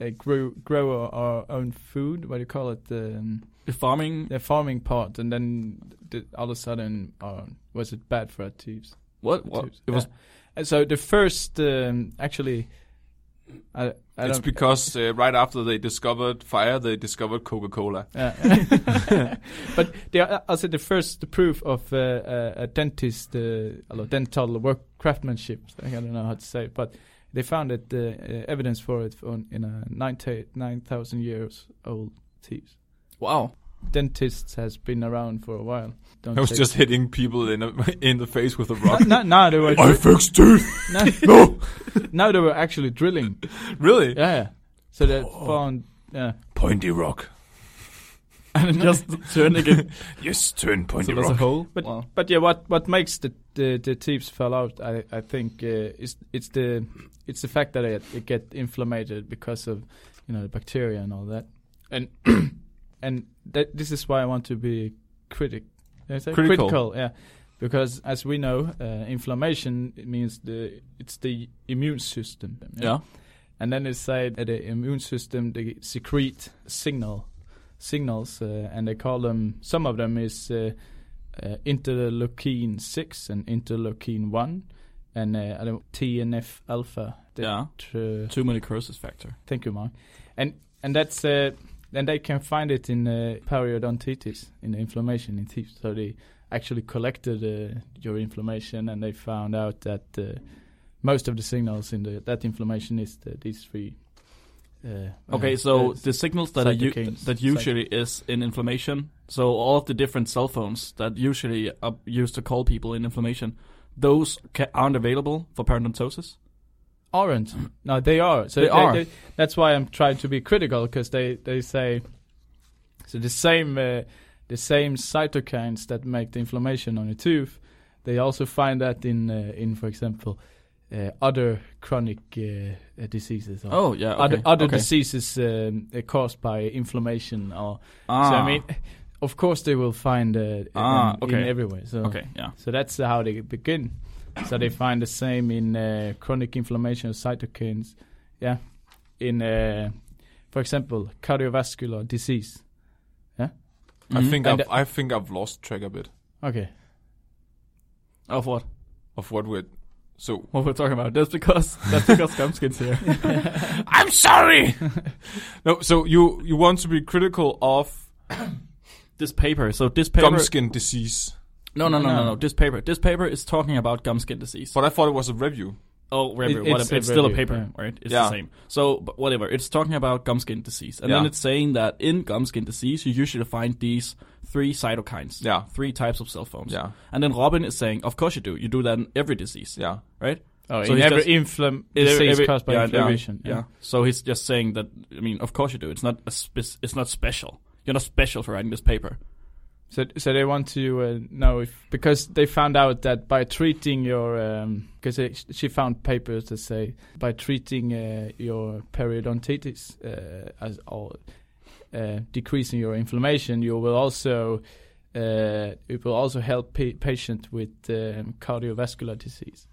Speaker 4: uh, grow grow our, our own food. What do you call it? Um,
Speaker 3: Farming.
Speaker 4: the farming part, and then the, all of a sudden, uh, was it bad for our teeth?
Speaker 3: What?
Speaker 4: Our
Speaker 3: what?
Speaker 4: teeth?
Speaker 3: It was.
Speaker 4: Yeah. And so the first, um, actually, I, I
Speaker 2: It's
Speaker 4: don't.
Speaker 2: because uh, right after they discovered fire, they discovered Coca-Cola.
Speaker 4: Yeah. but the, uh, also the first proof of uh, uh, a dentist, uh, although dental work craftsmanship. I don't know how to say, it, but they found that the uh, evidence for it on, in a 90 9,000 years old teeth.
Speaker 3: Wow.
Speaker 4: Dentists has been around for a while. Don't
Speaker 2: I was
Speaker 4: take-
Speaker 2: just hitting people in in the face with a rock.
Speaker 4: No, no, they were
Speaker 2: I fixed teeth.
Speaker 4: no,
Speaker 2: No,
Speaker 4: no, they were actually drilling.
Speaker 2: really?
Speaker 4: Yeah, so they found. Yeah,
Speaker 2: Pointy rock.
Speaker 3: And just turning it.
Speaker 2: Yes, turn pointy
Speaker 3: so there's a hole.
Speaker 4: But
Speaker 3: wow.
Speaker 4: but yeah, what what makes the the, the tips fall out? I I think uh, is it's the it's the fact that it, it get inflamed because of you know the bacteria and all that, and and that this is why I want to be critic. did I say
Speaker 2: Critical.
Speaker 4: critical, yeah, because as we know, uh, inflammation it means the it's the immune system.
Speaker 3: Yeah.
Speaker 4: And then they say that the immune system they secrete signal signals, uh, and they call them. Some of them is uh, uh, interleukin six and interleukin one, and uh, I don't TNF alpha. that,
Speaker 3: Yeah.
Speaker 4: uh,
Speaker 3: Too many curses factor.
Speaker 4: thank you, Mark. And and that's uh, and they can find it in uh, periodontitis, in the inflammation in teeth. So they actually collected uh, your inflammation, and they found out that uh, most of the signals in the that inflammation is the, these three. Uh,
Speaker 3: Okay,
Speaker 4: uh,
Speaker 3: so
Speaker 4: uh,
Speaker 3: the signals that are u-
Speaker 4: cytokines.
Speaker 3: that usually is in inflammation. So all of the different cell phones that usually are used to call people in inflammation, those ca- aren't available for parodontosis.
Speaker 4: aren't. No, they are. So
Speaker 3: They are.
Speaker 4: that's why I'm trying to be critical because they they say so the same uh, the same cytokines that make the inflammation on your tooth. They also find that in uh, in for example uh, other chronic uh, uh, diseases or
Speaker 3: Oh yeah.
Speaker 4: other
Speaker 3: okay,
Speaker 4: other
Speaker 3: okay.
Speaker 4: diseases um, uh, caused by inflammation or
Speaker 3: Ah,
Speaker 4: so I mean, of course they will find uh,
Speaker 3: Ah,
Speaker 4: um, in
Speaker 3: okay.
Speaker 4: everywhere. So
Speaker 3: Okay. Yeah.
Speaker 4: so that's uh, how they begin. So they find the same in uh, chronic inflammation of cytokines. Yeah, in uh, for example cardiovascular disease.
Speaker 2: I think
Speaker 4: Mm-hmm. And,
Speaker 2: I've, I think I've lost track a bit
Speaker 4: Okay.
Speaker 3: Of what?
Speaker 2: of what we're. So
Speaker 3: What we're talking about? That's because that's because Skamskin's here.
Speaker 5: I'm sorry.
Speaker 2: no, so you you want to be critical of
Speaker 3: this paper. So this paper.
Speaker 2: gumskin disease,
Speaker 3: No, no, no, no,
Speaker 4: No.
Speaker 3: no. This paper. This paper is talking about gum skin disease.
Speaker 2: but I thought it was a review.
Speaker 3: oh, whatever.
Speaker 4: It-
Speaker 3: whatever. It's,
Speaker 4: it's a
Speaker 3: still a
Speaker 4: review,
Speaker 3: paper,
Speaker 4: yeah.
Speaker 3: right? It's the
Speaker 2: Yeah.
Speaker 3: same. So but whatever. It's talking about gum skin disease, and then
Speaker 2: Yeah.
Speaker 3: it's saying that in gum skin disease, you usually find these three cytokines.
Speaker 2: Yeah.
Speaker 3: Three types of cell phones.
Speaker 2: Yeah.
Speaker 3: And then Robin is saying, of course you do. You do that in every disease.
Speaker 2: Yeah,
Speaker 3: Right.
Speaker 4: Oh,
Speaker 3: So
Speaker 4: in
Speaker 3: he's
Speaker 4: every
Speaker 3: just-
Speaker 4: inflam-
Speaker 3: in every-
Speaker 4: disease
Speaker 3: every-
Speaker 4: caused by
Speaker 3: yeah, yeah,
Speaker 4: inflammation.
Speaker 3: Yeah. So he's just saying that. I mean, of course you do. It's not a spec- It's not special. You're not special for writing this paper.
Speaker 4: So, so they want to uh, know if because they found out that by treating your because she found papers that say by treating uh, your periodontitis uh, as or uh, decreasing your inflammation, you will also uh, it will also help pa- patient with um, cardiovascular disease,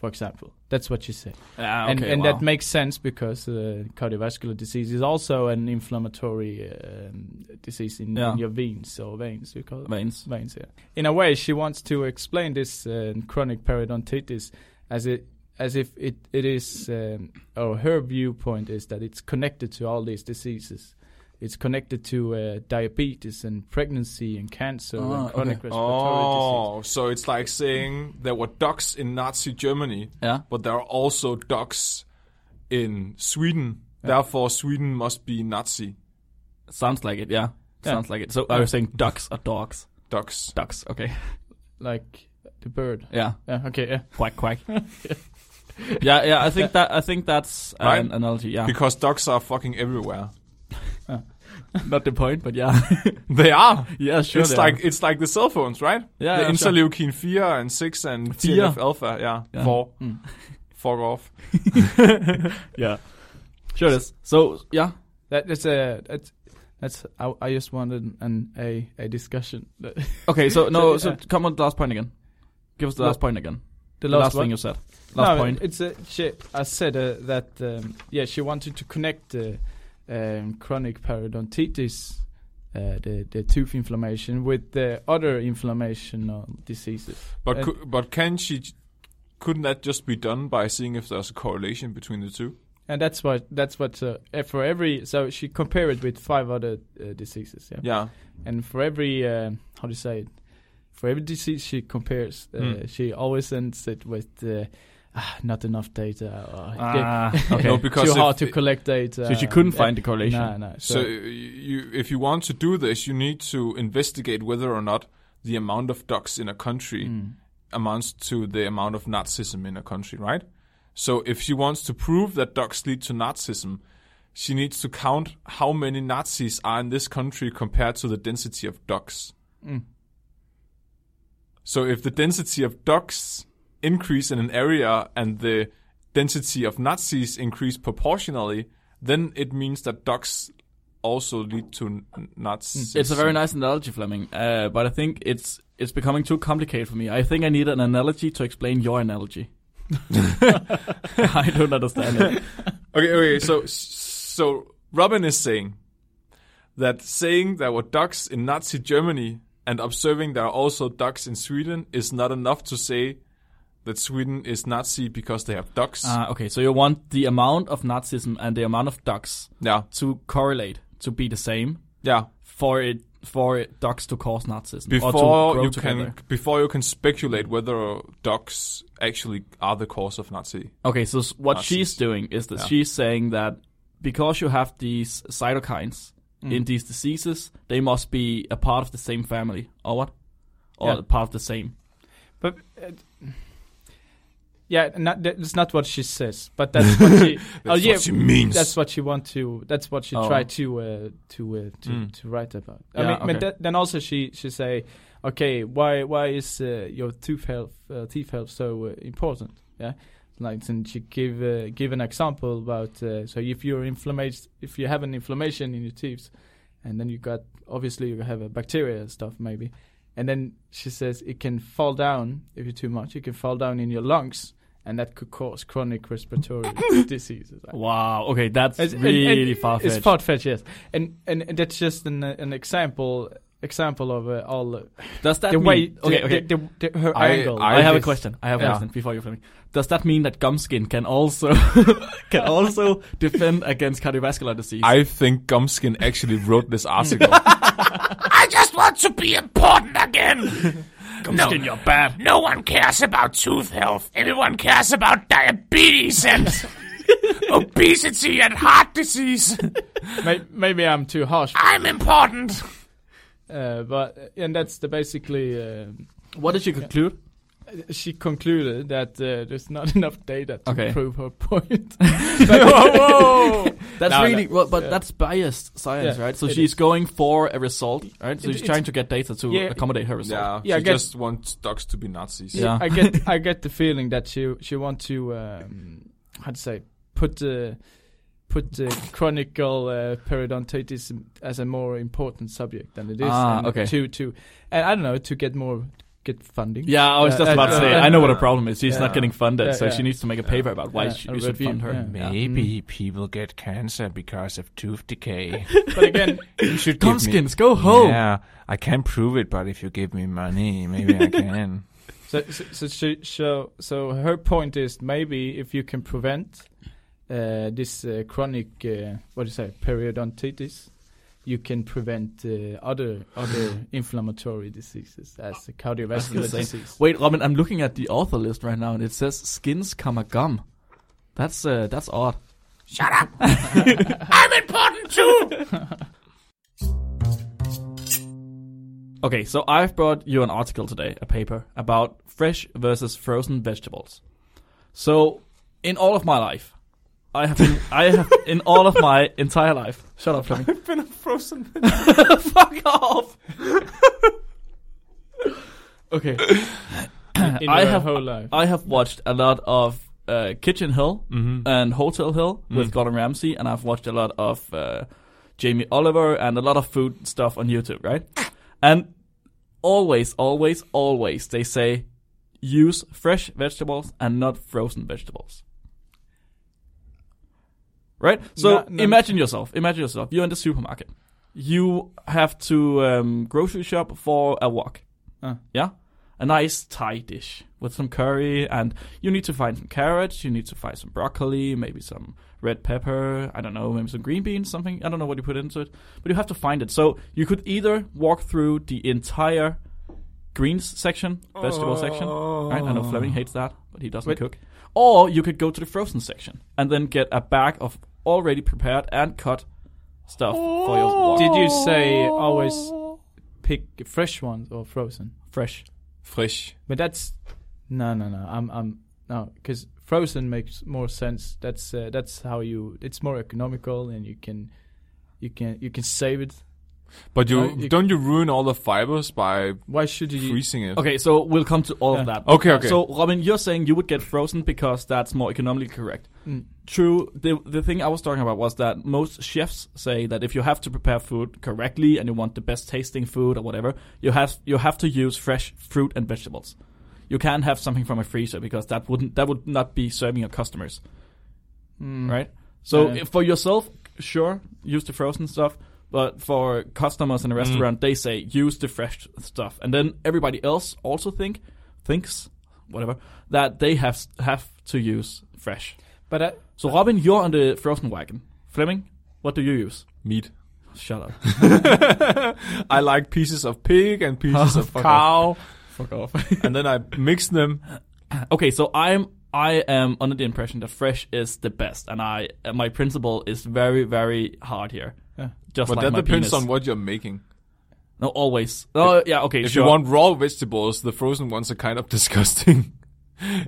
Speaker 4: for example. That's what she said,
Speaker 3: Ah,
Speaker 4: and
Speaker 3: okay,
Speaker 4: and
Speaker 3: wow.
Speaker 4: that makes sense because uh, cardiovascular disease is also an inflammatory um, disease in,
Speaker 3: Yeah.
Speaker 4: in your veins or veins. You call it
Speaker 3: veins.
Speaker 4: veins yeah. In a way, she wants to explain this uh, chronic periodontitis as it as if it it is um, or her viewpoint is that it's connected to all these diseases. It's connected to uh, diabetes and pregnancy and cancer
Speaker 3: Ah,
Speaker 4: and
Speaker 3: okay.
Speaker 4: chronic respiratory disease.
Speaker 2: Oh, so it's like saying there were ducks in Nazi Germany,
Speaker 3: Yeah.
Speaker 2: but there are also ducks in Sweden. Therefore, Sweden must be Nazi
Speaker 3: Sounds like it, yeah.
Speaker 4: Yeah.
Speaker 3: Sounds like it. So I was saying ducks are dogs.
Speaker 2: ducks.
Speaker 3: Ducks, okay.
Speaker 4: Like the bird.
Speaker 3: Yeah.
Speaker 4: Yeah, okay, yeah.
Speaker 3: Quack quack. yeah, yeah, I think that I think that's an
Speaker 2: Right?
Speaker 3: analogy, yeah.
Speaker 2: Because ducks are fucking everywhere.
Speaker 3: Not the point, but yeah.
Speaker 2: They are.
Speaker 3: yeah, sure.
Speaker 2: it's
Speaker 3: they
Speaker 2: like
Speaker 3: are.
Speaker 2: it's like the cell phones, right?
Speaker 3: Yeah,
Speaker 2: The
Speaker 3: yeah, sure.
Speaker 2: interleukin four and six and
Speaker 3: Fire.
Speaker 2: TNF alpha. Yeah,
Speaker 3: Yeah. Hmm.
Speaker 2: four. Fuck off.
Speaker 3: Yeah. Sure it is. So yeah.
Speaker 4: That, that's a that's that's I, I just wanted an a a discussion. The
Speaker 3: Okay, so no, so
Speaker 4: So, yeah.
Speaker 3: come on the last point again. Give us the
Speaker 4: No.
Speaker 3: last point again. The
Speaker 4: last
Speaker 3: last,
Speaker 4: one?
Speaker 3: thing you said. Last
Speaker 4: no,
Speaker 3: point.
Speaker 4: It's a she. I said uh, that um, yeah, she wanted to connect uh, um, chronic periodontitis, uh, the the tooth inflammation, with the other inflammational diseases.
Speaker 2: But
Speaker 4: Uh,
Speaker 2: cou- but can she? j- Couldn't that just be done by seeing if there's a correlation between the two?
Speaker 4: And that's what that's what uh, eh, for every so she compared it with five other uh, diseases. Yeah?
Speaker 2: Yeah.
Speaker 4: and for every um how do you say it? For every disease she compares, uh,
Speaker 2: Mm.
Speaker 4: she always ends it with uh, ah, not enough data or
Speaker 3: Ah,
Speaker 2: No,
Speaker 3: okay.
Speaker 2: because
Speaker 4: too
Speaker 2: if-
Speaker 4: hard to collect data.
Speaker 3: so she couldn't
Speaker 4: and-
Speaker 3: find the correlation.
Speaker 4: No, no.
Speaker 2: So you, if you want to do this, you need to investigate whether or not the amount of ducks in a country amounts to the amount of Nazism in a country, right? So if she wants to prove that ducks lead to Nazism, she needs to count how many Nazis are in this country compared to the density of ducks.
Speaker 3: Mm.
Speaker 2: So if the density of ducks increase in an area and the density of Nazis increase proportionally, then it means that ducks also lead to n- Nazis.
Speaker 3: Mm. It's a very nice analogy, Fleming. Uh, but I think it's it's becoming too complicated for me. I think I need an analogy to explain your analogy. I don't understand it.
Speaker 2: okay. Okay, so so Robin is saying that saying there were ducks in Nazi Germany and observing there are also ducks in Sweden is not enough to say that Sweden is Nazi because they have ducks.
Speaker 3: Uh, okay, so you want the amount of Nazism and the amount of ducks
Speaker 2: yeah,
Speaker 3: to correlate to be the same
Speaker 2: yeah.
Speaker 3: for it for it, ducks to cause Nazism or to
Speaker 2: Before
Speaker 3: grow
Speaker 2: you
Speaker 3: together.
Speaker 2: can before you can speculate whether ducks actually are the cause of Nazi.
Speaker 3: Okay, so s- what she's
Speaker 2: Nazis.
Speaker 3: doing is that
Speaker 2: Yeah.
Speaker 3: she's saying that because you have these cytokines
Speaker 4: Mm.
Speaker 3: in these diseases, they must be a part of the same family, or what? Or
Speaker 4: Yeah.
Speaker 3: part of the same.
Speaker 4: But uh, yeah, not, that's not what she says. But that's what she. oh yeah,
Speaker 2: what she means.
Speaker 4: That's what she want to. That's what she
Speaker 3: Oh.
Speaker 4: tried to uh, to uh, to
Speaker 2: Mm.
Speaker 4: to write about. I
Speaker 3: Yeah,
Speaker 4: mean, but
Speaker 3: okay.
Speaker 4: that, then also she she say, okay, why why is uh, your tooth health uh, teeth health so uh, important? Yeah. like and she give uh, give an example about uh, so if you're inflammation if you have an inflammation in your teeth and then you got obviously you have a bacteria and stuff maybe and then she says it can fall down if you're too much it can fall down in your lungs and that could cause chronic respiratory diseases Like,
Speaker 3: Wow. Okay, that's
Speaker 4: it's- and- and
Speaker 3: really far
Speaker 4: It's
Speaker 3: fetched.
Speaker 4: far fetched, yes. And, and and that's just an uh, an example example of uh, all uh,
Speaker 3: Does that
Speaker 4: the
Speaker 3: mean
Speaker 4: way
Speaker 3: okay,
Speaker 4: the,
Speaker 3: okay.
Speaker 4: The, the, the- her
Speaker 2: I-
Speaker 4: angle.
Speaker 3: I,
Speaker 2: I
Speaker 3: have a
Speaker 2: just-
Speaker 3: question. I have a
Speaker 2: yeah.
Speaker 3: question before you finish. Does that mean that gum skin can also can also defend against cardiovascular disease?
Speaker 2: I think Gumskin actually wrote this
Speaker 3: Hmm.
Speaker 2: article.
Speaker 5: I just want to be important again. no,
Speaker 3: Gumskin, you're bad.
Speaker 5: no one cares about tooth health. Everyone cares about diabetes and obesity and heart disease.
Speaker 4: May, maybe I'm too harsh,
Speaker 5: I'm important.
Speaker 4: uh, but and that's the basically. um
Speaker 3: What did you conclude?
Speaker 4: she concluded that uh, there's not enough data to
Speaker 3: Okay.
Speaker 4: prove her point.
Speaker 3: That's
Speaker 4: No,
Speaker 3: really
Speaker 4: no.
Speaker 3: well, but
Speaker 4: Yeah.
Speaker 3: that's biased science,
Speaker 4: Yeah,
Speaker 3: right? So
Speaker 4: it
Speaker 3: she's
Speaker 4: is.
Speaker 3: going for a result, right? So
Speaker 4: It-
Speaker 3: she's
Speaker 4: it's-
Speaker 3: trying to get data to
Speaker 4: Yeah.
Speaker 3: accommodate her result.
Speaker 2: yeah,
Speaker 4: Yeah, I
Speaker 2: she
Speaker 4: get-
Speaker 2: just wants dogs to be Nazis.
Speaker 3: Yeah.
Speaker 4: I get I get the feeling that she she want to um, how to say put the put the chronic uh, periodontitis as a more important subject than it is.
Speaker 3: Ah,
Speaker 4: and
Speaker 3: okay.
Speaker 4: To to and I don't know to get more get funding.
Speaker 3: Yeah, I was just
Speaker 4: Uh,
Speaker 3: about to
Speaker 4: uh,
Speaker 3: say.
Speaker 4: uh,
Speaker 3: I know what a problem is. She's
Speaker 4: yeah.
Speaker 3: not getting funded,
Speaker 4: Yeah,
Speaker 3: so
Speaker 4: yeah.
Speaker 3: she needs to make a paper about why
Speaker 4: Yeah,
Speaker 3: she,
Speaker 4: a
Speaker 3: we should
Speaker 4: review,
Speaker 3: fund her.
Speaker 4: yeah.
Speaker 6: Maybe people get cancer because of tooth decay.
Speaker 4: But again,
Speaker 6: you should
Speaker 3: Come
Speaker 6: give me-
Speaker 3: skins, go home.
Speaker 6: Yeah, I can't prove it, but if you give me money, maybe I can.
Speaker 4: so so so, she, so so her point is maybe if you can prevent uh, this uh, chronic uh, what do you say periodontitis. You can prevent uh, other other inflammatory diseases, as the cardiovascular
Speaker 3: insane.
Speaker 4: disease.
Speaker 3: Wait, Robin, I'm looking at the author list right now, and it says skins, comma gum. That's uh, that's odd.
Speaker 5: Shut up. I'm important too.
Speaker 3: Okay, so I've brought you an article today, a paper about fresh versus frozen vegetables. So, in all of my life, I have been, I have in all of my entire life. Shut up, Fleming. I've been a frozen. Fuck off. okay,
Speaker 4: in
Speaker 3: I
Speaker 4: your
Speaker 3: have-
Speaker 4: whole life.
Speaker 3: I have watched a lot of uh, Kitchen Hill and Hotel Hill with Gordon Ramsay, and I've watched a lot of uh, Jamie Oliver and a lot of food stuff on YouTube, right? And always, always, always, they say use fresh vegetables and not frozen vegetables. Right? So
Speaker 4: No, no.
Speaker 3: imagine yourself. Imagine yourself. You're in the supermarket. You have to um, grocery shop for a walk.
Speaker 4: Uh.
Speaker 3: Yeah? A nice Thai dish with some curry, and you need to find some carrots, you need to find some broccoli, maybe some red pepper, I don't know, maybe some green beans, something. I don't know what you put into it, but you have to find it. So you could either walk through the entire greens section, vegetable section. Right? I know Fleming hates that, but he doesn't cook. Or you could go to the frozen section and then get a bag of already prepared and cut stuff for your walk.
Speaker 4: Did you say always pick fresh ones or frozen?
Speaker 3: fresh?
Speaker 2: Frisch.
Speaker 4: But that's no, no, no. I'm, I'm no, because frozen makes more sense. That's uh, that's how you. It's more economical, and you can, you can, you can save it.
Speaker 2: But you,
Speaker 3: Uh,
Speaker 4: No, you-
Speaker 2: don't you ruin all the fibers by
Speaker 4: Why should you?
Speaker 2: freezing it?
Speaker 3: Okay, so we'll come to all of
Speaker 4: Yeah.
Speaker 3: that.
Speaker 2: Okay, okay.
Speaker 3: So Robin, you're saying you would get frozen because that's more economically correct.
Speaker 4: Mm.
Speaker 3: True. The the thing I was talking about was that most chefs say that if you have to prepare food correctly and you want the best tasting food or whatever, you have you have to use fresh fruit and vegetables. You can't have something from a freezer because that wouldn't that would not be serving your customers,
Speaker 4: Mm.
Speaker 3: right? So
Speaker 4: Yeah.
Speaker 3: if for yourself, sure, use the frozen stuff. But for customers
Speaker 2: Mm.
Speaker 3: in a restaurant, they say use the fresh stuff, and then everybody else also think thinks whatever that they have have to use fresh.
Speaker 4: But uh, I,
Speaker 2: Uh,
Speaker 3: So Robin, you're on the frozen wagon. Fleming, what do you use?
Speaker 2: Meat.
Speaker 3: Shut up.
Speaker 2: I like pieces of pig and pieces of
Speaker 3: fuck
Speaker 2: cow,
Speaker 3: Fuck off.
Speaker 2: and then I mix them.
Speaker 3: okay, so I'm I am under the impression that fresh is the best, and I uh, my principle is very very hard here.
Speaker 4: Yeah.
Speaker 3: Just
Speaker 2: But
Speaker 3: like
Speaker 2: that
Speaker 3: my
Speaker 2: depends
Speaker 3: penis.
Speaker 2: on what you're making.
Speaker 3: no always. No, yeah, okay,
Speaker 2: If
Speaker 3: sure.
Speaker 2: you want raw vegetables, the frozen ones are kind of disgusting.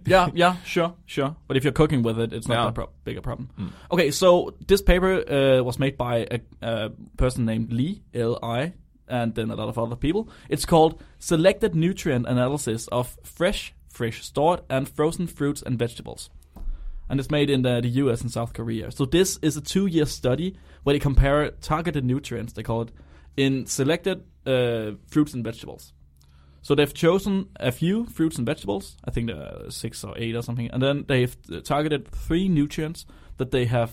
Speaker 3: yeah, yeah, sure, sure. But if you're cooking with it, it's not
Speaker 2: Yeah.
Speaker 3: that pro- big a problem. Okay, so this paper uh, was made by a, a person named Lee L I, and then a lot of other people. It's called "Selected Nutrient Analysis of Fresh, Fresh Stored, and Frozen Fruits and Vegetables." and it's made in the, the US and South Korea. So this is a two-year study where they compare targeted nutrients, they call it, in selected uh, fruits and vegetables. So they've chosen a few fruits and vegetables, I think there are six or eight or something, and then they've uh, targeted three nutrients that they have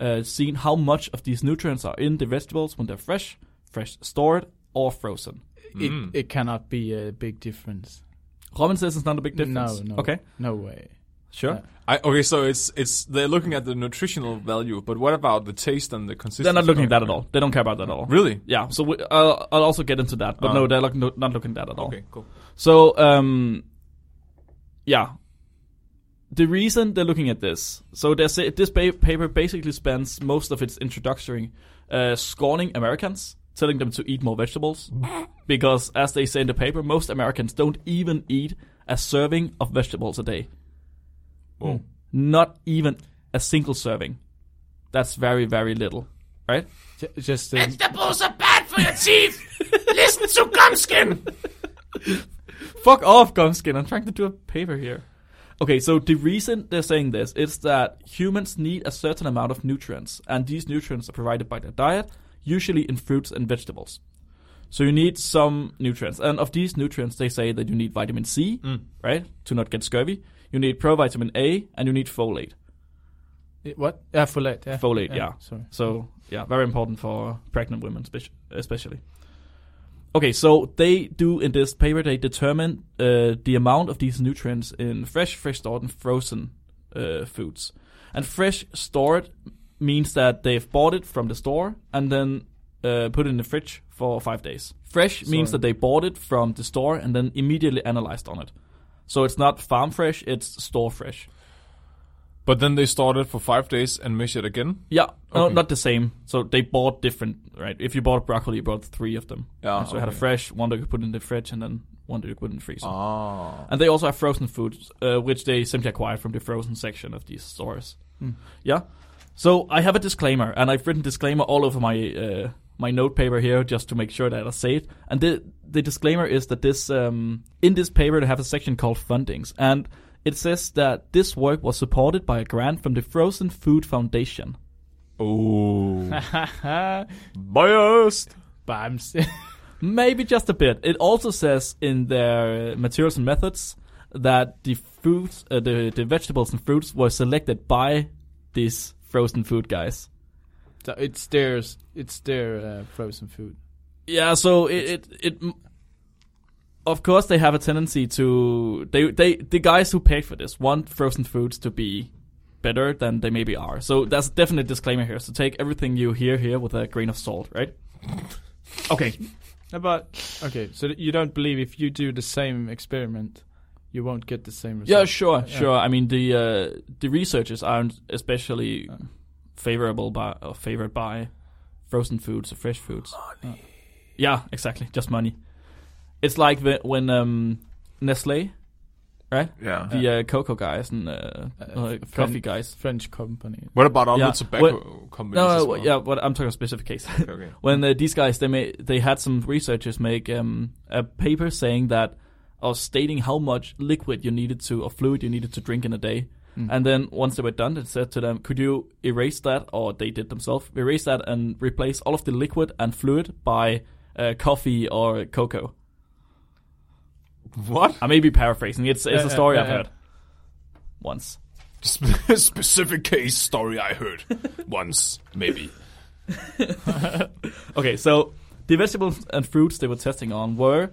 Speaker 3: uh, seen how much of these nutrients are in the vegetables when they're fresh, fresh stored, or frozen.
Speaker 2: Mm.
Speaker 4: It, it cannot be a big difference.
Speaker 3: Robin says it's not a big difference.
Speaker 4: No, no.
Speaker 3: Okay,
Speaker 4: No way.
Speaker 3: sure.
Speaker 4: Yeah.
Speaker 2: I, okay, so it's it's they're looking at the nutritional value, but what about the taste and the consistency?
Speaker 3: They're not looking at that at all. They don't care about that at all.
Speaker 2: Really?
Speaker 3: Yeah, so we, I'll, I'll also get into that, but
Speaker 2: Ah.
Speaker 4: Oh.
Speaker 3: no, they're look, no, not looking at that at all.
Speaker 2: Okay, cool.
Speaker 3: So, um, yeah. The reason they're looking at this, so they say this pa- paper basically spends most of its introductory uh, scorning Americans, telling them to eat more vegetables, because as they say in the paper, most Americans don't even eat a serving of vegetables a day. Hmm.
Speaker 2: Whoa.
Speaker 3: Not even a single serving. That's very, very little, right?
Speaker 4: Ju- Just uh,
Speaker 5: Vegetables are bad for your teeth. Listen to Gumskin.
Speaker 3: Fuck off, Gumskin. I'm trying to do a paper here. Okay, so the reason they're saying this is that humans need a certain amount of nutrients, and these nutrients are provided by their diet, usually in fruits and vegetables. So you need some nutrients, and of these nutrients, they say that you need vitamin C, right, to not get scurvy. You need provitamin A, and you need folate.
Speaker 4: what? Yeah, folate. Yeah.
Speaker 3: Folate, yeah.
Speaker 4: Sorry.
Speaker 3: So yeah, very important for pregnant women, spec- especially. Okay, so they do in this paper they determine uh, the amount of these nutrients in fresh, fresh stored, and frozen uh, foods. And fresh stored means that they've bought it from the store and then uh, put it in the fridge for five days. Fresh means that they bought it from the store and then immediately analyzed on it. So it's not farm fresh; it's store fresh.
Speaker 2: But then they started for five days and measured again.
Speaker 3: Yeah, no,
Speaker 2: Okay.
Speaker 3: not the same. So they bought different, right? If you bought broccoli, you bought three of them.
Speaker 2: Yeah,
Speaker 3: so you had
Speaker 2: Ah,
Speaker 3: a
Speaker 2: okay.
Speaker 3: fresh one that you put in the fridge, and then one that you put in the freezer.
Speaker 2: Ah.
Speaker 3: And they also have frozen foods, uh, which they simply acquired from the frozen section of these stores.
Speaker 2: Hmm.
Speaker 3: Yeah. So I have a disclaimer, and I've written disclaimer all over my uh, my note paper here just to make sure that I say it. And the the disclaimer is that this um, in this paper they have a section called fundings, and it says that this work was supported by a grant from the Frozen Food Foundation.
Speaker 2: Oh.
Speaker 4: but
Speaker 2: Biased.
Speaker 4: I'm s-
Speaker 3: Maybe just a bit. It also says in their uh, materials and methods that the fruits, uh, the, the vegetables and fruits were selected by these frozen food guys.
Speaker 4: so it's theirs. It's their uh, frozen food.
Speaker 3: Yeah, so it it, it m- of course they have a tendency to they they the guys who paid for this want frozen foods to be better than they maybe are. So that's a definite disclaimer here. So take everything you hear here with a grain of salt, right? okay.
Speaker 4: No, But okay, so that you don't believe if you do the same experiment, you won't get the same result.
Speaker 3: Yeah, sure,
Speaker 4: Yeah.
Speaker 3: sure. I mean, the uh, the researchers aren't especially favorable by or favored by frozen foods or fresh foods. Money. Yeah, exactly. Just money. It's like the, when um, Nestle,
Speaker 6: Yeah.
Speaker 3: the uh, cocoa guys and uh, uh,
Speaker 4: French-
Speaker 3: coffee guys.
Speaker 4: French company.
Speaker 2: What about all
Speaker 3: Yeah.
Speaker 2: the tobacco companies?
Speaker 3: No,
Speaker 2: as
Speaker 3: no,
Speaker 2: well?
Speaker 3: yeah. What I'm talking about specific case.
Speaker 2: Okay, okay.
Speaker 3: when uh, these guys they made they had some researchers make um, a paper saying that or stating how much liquid you needed to or fluid you needed to drink in a day
Speaker 2: Hmm.
Speaker 3: and then once they were done they said to them could you erase that or they did themselves erase that and replace all of the liquid and fluid by uh, coffee or cocoa
Speaker 2: What?
Speaker 3: i may be paraphrasing it's, it's
Speaker 4: Yeah,
Speaker 3: a story
Speaker 4: yeah,
Speaker 3: i've
Speaker 4: yeah.
Speaker 3: heard once
Speaker 2: Spe- specific case story I heard once, maybe.
Speaker 3: Okay, so the vegetables and fruits they were testing on were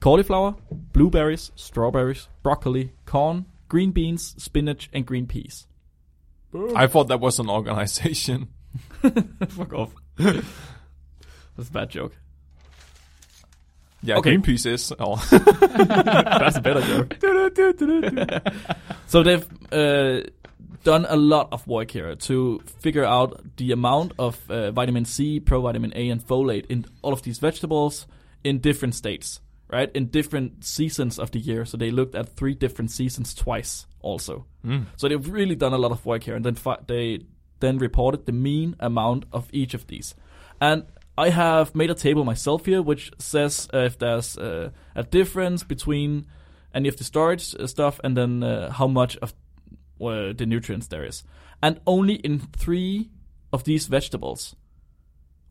Speaker 3: cauliflower, blueberries, strawberries, broccoli, corn, green beans, spinach, and green peas.
Speaker 2: I thought that was an organization.
Speaker 3: Fuck off. That's a bad joke.
Speaker 2: Yeah,
Speaker 3: Okay.
Speaker 2: Greenpeace is. Oh.
Speaker 3: That's a better joke. so they've uh, done a lot of work here to figure out the amount of uh, vitamin C, provitamin A, and folate in all of these vegetables in different states, right? In different seasons of the year. So they looked at three different seasons twice, also. So they've really done a lot of work here, and then fi- they then reported the mean amount of each of these. And I have made a table myself here, which says uh, if there's uh, a difference between any of the storage uh, stuff and then uh, how much of uh, the nutrients there is. And only in three of these vegetables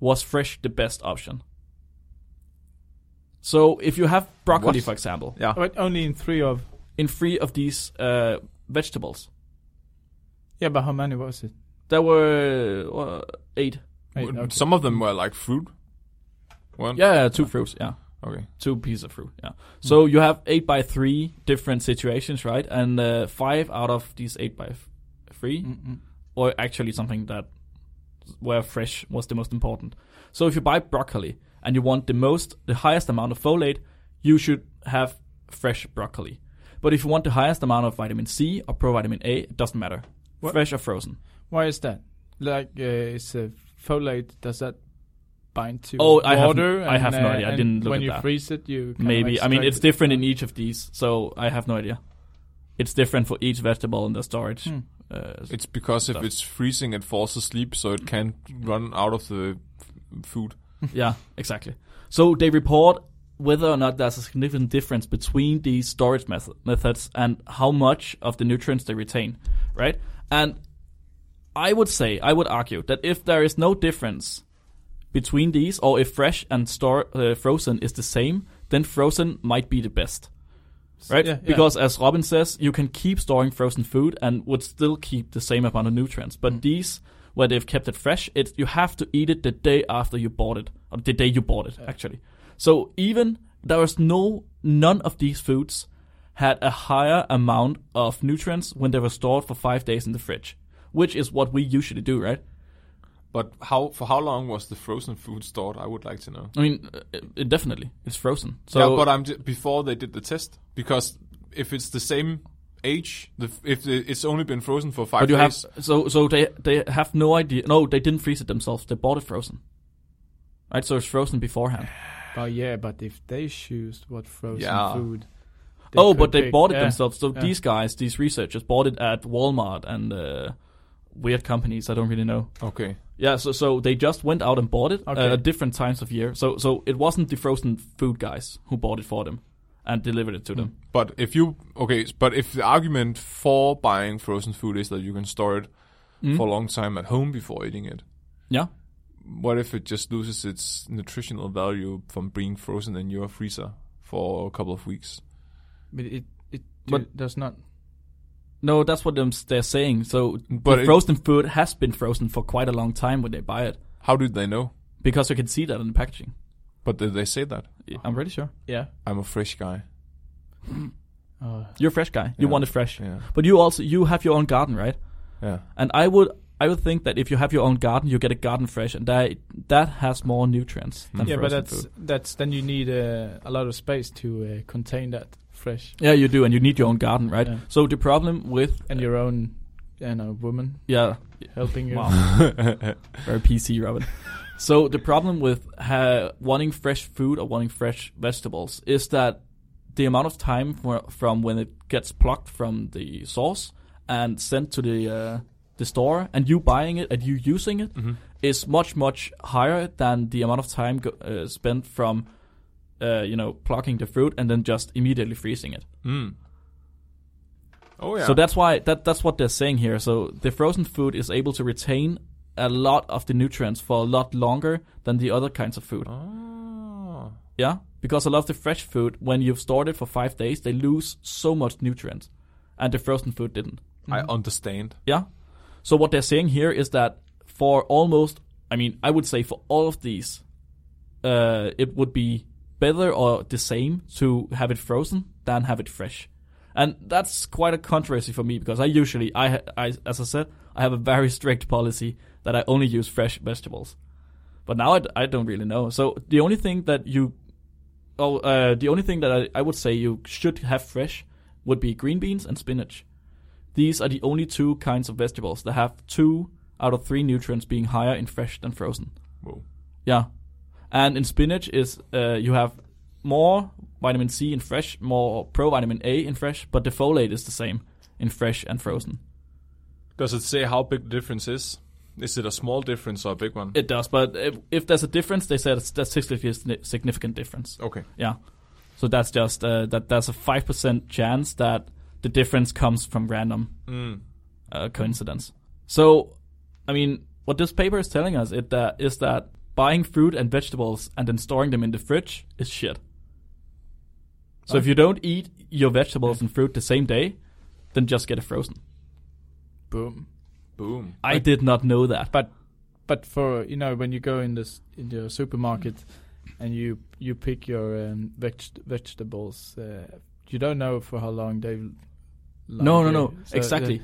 Speaker 3: was fresh the best option. So if you have broccoli,
Speaker 2: What?
Speaker 3: for example,
Speaker 2: Yeah.
Speaker 4: But only in three of.
Speaker 3: in three of these uh, vegetables,
Speaker 4: Yeah, but how many was it?
Speaker 3: there were uh, eight.
Speaker 4: Eight, okay.
Speaker 2: Some of them were like fruit. One?
Speaker 3: Yeah, yeah, two fruits. Yeah. Hmm.
Speaker 2: Okay.
Speaker 3: two pieces of fruit. Yeah. So you have eight by three different situations, right? And uh, five out of these eight by f- 3 or actually something that where fresh was the most important. So if you buy broccoli and you want the most, the highest amount of folate, you should have fresh broccoli. But if you want the highest amount of vitamin C or provitamin A, it doesn't matter.
Speaker 4: What?
Speaker 3: Fresh or frozen.
Speaker 4: Why is that? Like, uh, is uh, folate? Does that bind to
Speaker 3: Oh, I have-
Speaker 4: water?
Speaker 3: I have no idea. I
Speaker 4: and
Speaker 3: didn't look
Speaker 4: When
Speaker 3: at
Speaker 4: you
Speaker 3: that.
Speaker 4: freeze it, you kind of
Speaker 3: Maybe. I mean,
Speaker 4: extract
Speaker 3: it's
Speaker 4: it.
Speaker 3: different in each of these, so I have no idea. It's different for each vegetable in the storage.
Speaker 4: Hmm.
Speaker 3: Uh,
Speaker 2: It's because if
Speaker 3: Stuff.
Speaker 2: it's freezing, it falls asleep, so it can't run out of the f- food.
Speaker 3: yeah, exactly. So they report whether or not there's a significant difference between these storage method- methods and how much of the nutrients they retain, right? And I would say, I would argue that if there is no difference between these, or if fresh and store, uh, frozen is the same, then frozen might be the best. Right?
Speaker 4: Yeah, yeah.
Speaker 3: Because as Robin says, you can keep storing frozen food and would still keep the same amount of nutrients. But these, where they've kept it fresh, it's, you have to eat it the day after you bought it, or the day you bought it, actually. So even there was no, none of these foods had a higher amount of nutrients when they were stored for five days in the fridge, which is what we usually do, right?
Speaker 2: But how for how long was the frozen food stored? I would like to know.
Speaker 3: I mean, uh, it definitely it's frozen. So
Speaker 2: yeah, but I'm j- before they did the test because if it's the same age, the, f- if the, it's only been frozen for five
Speaker 3: but you have
Speaker 2: days,
Speaker 3: so so they they have no idea. No, they didn't freeze it themselves. They bought it frozen. Right, so it's frozen beforehand.
Speaker 4: Oh yeah, but if they choose what frozen
Speaker 2: Yeah.
Speaker 4: food.
Speaker 3: oh,
Speaker 4: could
Speaker 3: but they
Speaker 4: pick-
Speaker 3: bought it
Speaker 4: yeah.
Speaker 3: themselves. So
Speaker 4: yeah.
Speaker 3: these guys, these researchers, bought it at Walmart and uh, weird companies. I don't really know.
Speaker 2: okay,
Speaker 3: Yeah, so so they just went out and bought it
Speaker 4: Okay.
Speaker 3: uh, at different times of year. So so it wasn't the frozen food guys who bought it for them and delivered it to them.
Speaker 4: Hmm.
Speaker 2: But if you okay, s- but if the argument for buying frozen food is that you can store it
Speaker 3: Hmm?
Speaker 2: for a long time at home before eating it,
Speaker 3: Yeah.
Speaker 2: what if it just loses its nutritional value from being frozen in your freezer for a couple of weeks?
Speaker 4: But it it
Speaker 3: But-
Speaker 4: does not.
Speaker 3: No, that's what them- they're saying. So
Speaker 2: But
Speaker 3: the
Speaker 2: it-
Speaker 3: frozen food has been frozen for quite a long time when they buy it
Speaker 2: How did they know?
Speaker 3: because you can see that in the packaging.
Speaker 2: But did they say that?
Speaker 3: I'm pretty sure.
Speaker 4: Yeah.
Speaker 2: I'm a fresh guy.
Speaker 4: Oh.
Speaker 3: You're a fresh guy. You
Speaker 2: Yeah.
Speaker 3: want it fresh.
Speaker 2: Yeah,
Speaker 3: But you also you have your own garden, right?
Speaker 2: yeah.
Speaker 3: And I would I would think that if you have your own garden, you get a garden fresh, and that that has more nutrients.
Speaker 2: Hmm.
Speaker 3: Than
Speaker 4: Yeah,
Speaker 3: frozen
Speaker 4: but that's
Speaker 3: food.
Speaker 4: that's then you need uh, a lot of space to uh, contain that fresh
Speaker 3: yeah, you do, and you need your own garden, right?
Speaker 4: Yeah.
Speaker 3: So the problem with
Speaker 4: and your own and a woman
Speaker 3: yeah,
Speaker 4: helping you.
Speaker 3: Wow. Very PC, Robin. so the problem with ha- wanting fresh food or wanting fresh vegetables is that the amount of time for, from when it gets plucked from the source and sent to the uh, the store and you buying it and you using it is much much higher than the amount of time go- uh, spent from uh, you know plucking the fruit and then just immediately freezing it.
Speaker 2: Mm. Oh yeah.
Speaker 3: So that's why that that's what they're saying here. So the frozen food is able to retain a lot of the nutrients for a lot longer than the other kinds of food.
Speaker 2: Ah.
Speaker 3: Yeah, because a lot of the fresh food, when you've stored it for five days, they lose so much nutrients, and the frozen food didn't.
Speaker 2: I understand.
Speaker 3: Yeah. So what they're saying here is that for almost, I mean, I would say for all of these, uh, it would be better or the same to have it frozen than have it fresh, and that's quite a controversy for me because I usually, I, ha- I as I said, I have a very strict policy that I only use fresh vegetables, but now I, d- I don't really know. So the only thing that you, oh, uh, the only thing that I, I would say you should have fresh would be green beans and spinach. These are the only two kinds of vegetables that have two out of three nutrients being higher in fresh than frozen.
Speaker 2: Whoa.
Speaker 3: Yeah, and in spinach is uh, you have more vitamin C in fresh, more provitamin A in fresh, but the folate is the same in fresh and frozen.
Speaker 2: Does it say how big the difference is? Is it a small difference or a big one?
Speaker 3: It does, but if, if there's a difference, they said it's statistically a sni- significant difference.
Speaker 2: okay.
Speaker 3: Yeah, so that's just uh, that. There's a five percent chance that the difference comes from random
Speaker 2: Mm.
Speaker 3: uh, coincidence. So, I mean, what this paper is telling us it, that is that buying fruit and vegetables and then storing them in the fridge is shit. So if you don't eat your vegetables and fruit the same day, then just get it frozen.
Speaker 4: Boom.
Speaker 2: Boom.
Speaker 3: I did not know that.
Speaker 4: But but for you know when you go in this in the supermarket and you you pick your um, veg- vegetables, uh, you don't know for how long they.
Speaker 3: no, no, no. exactly.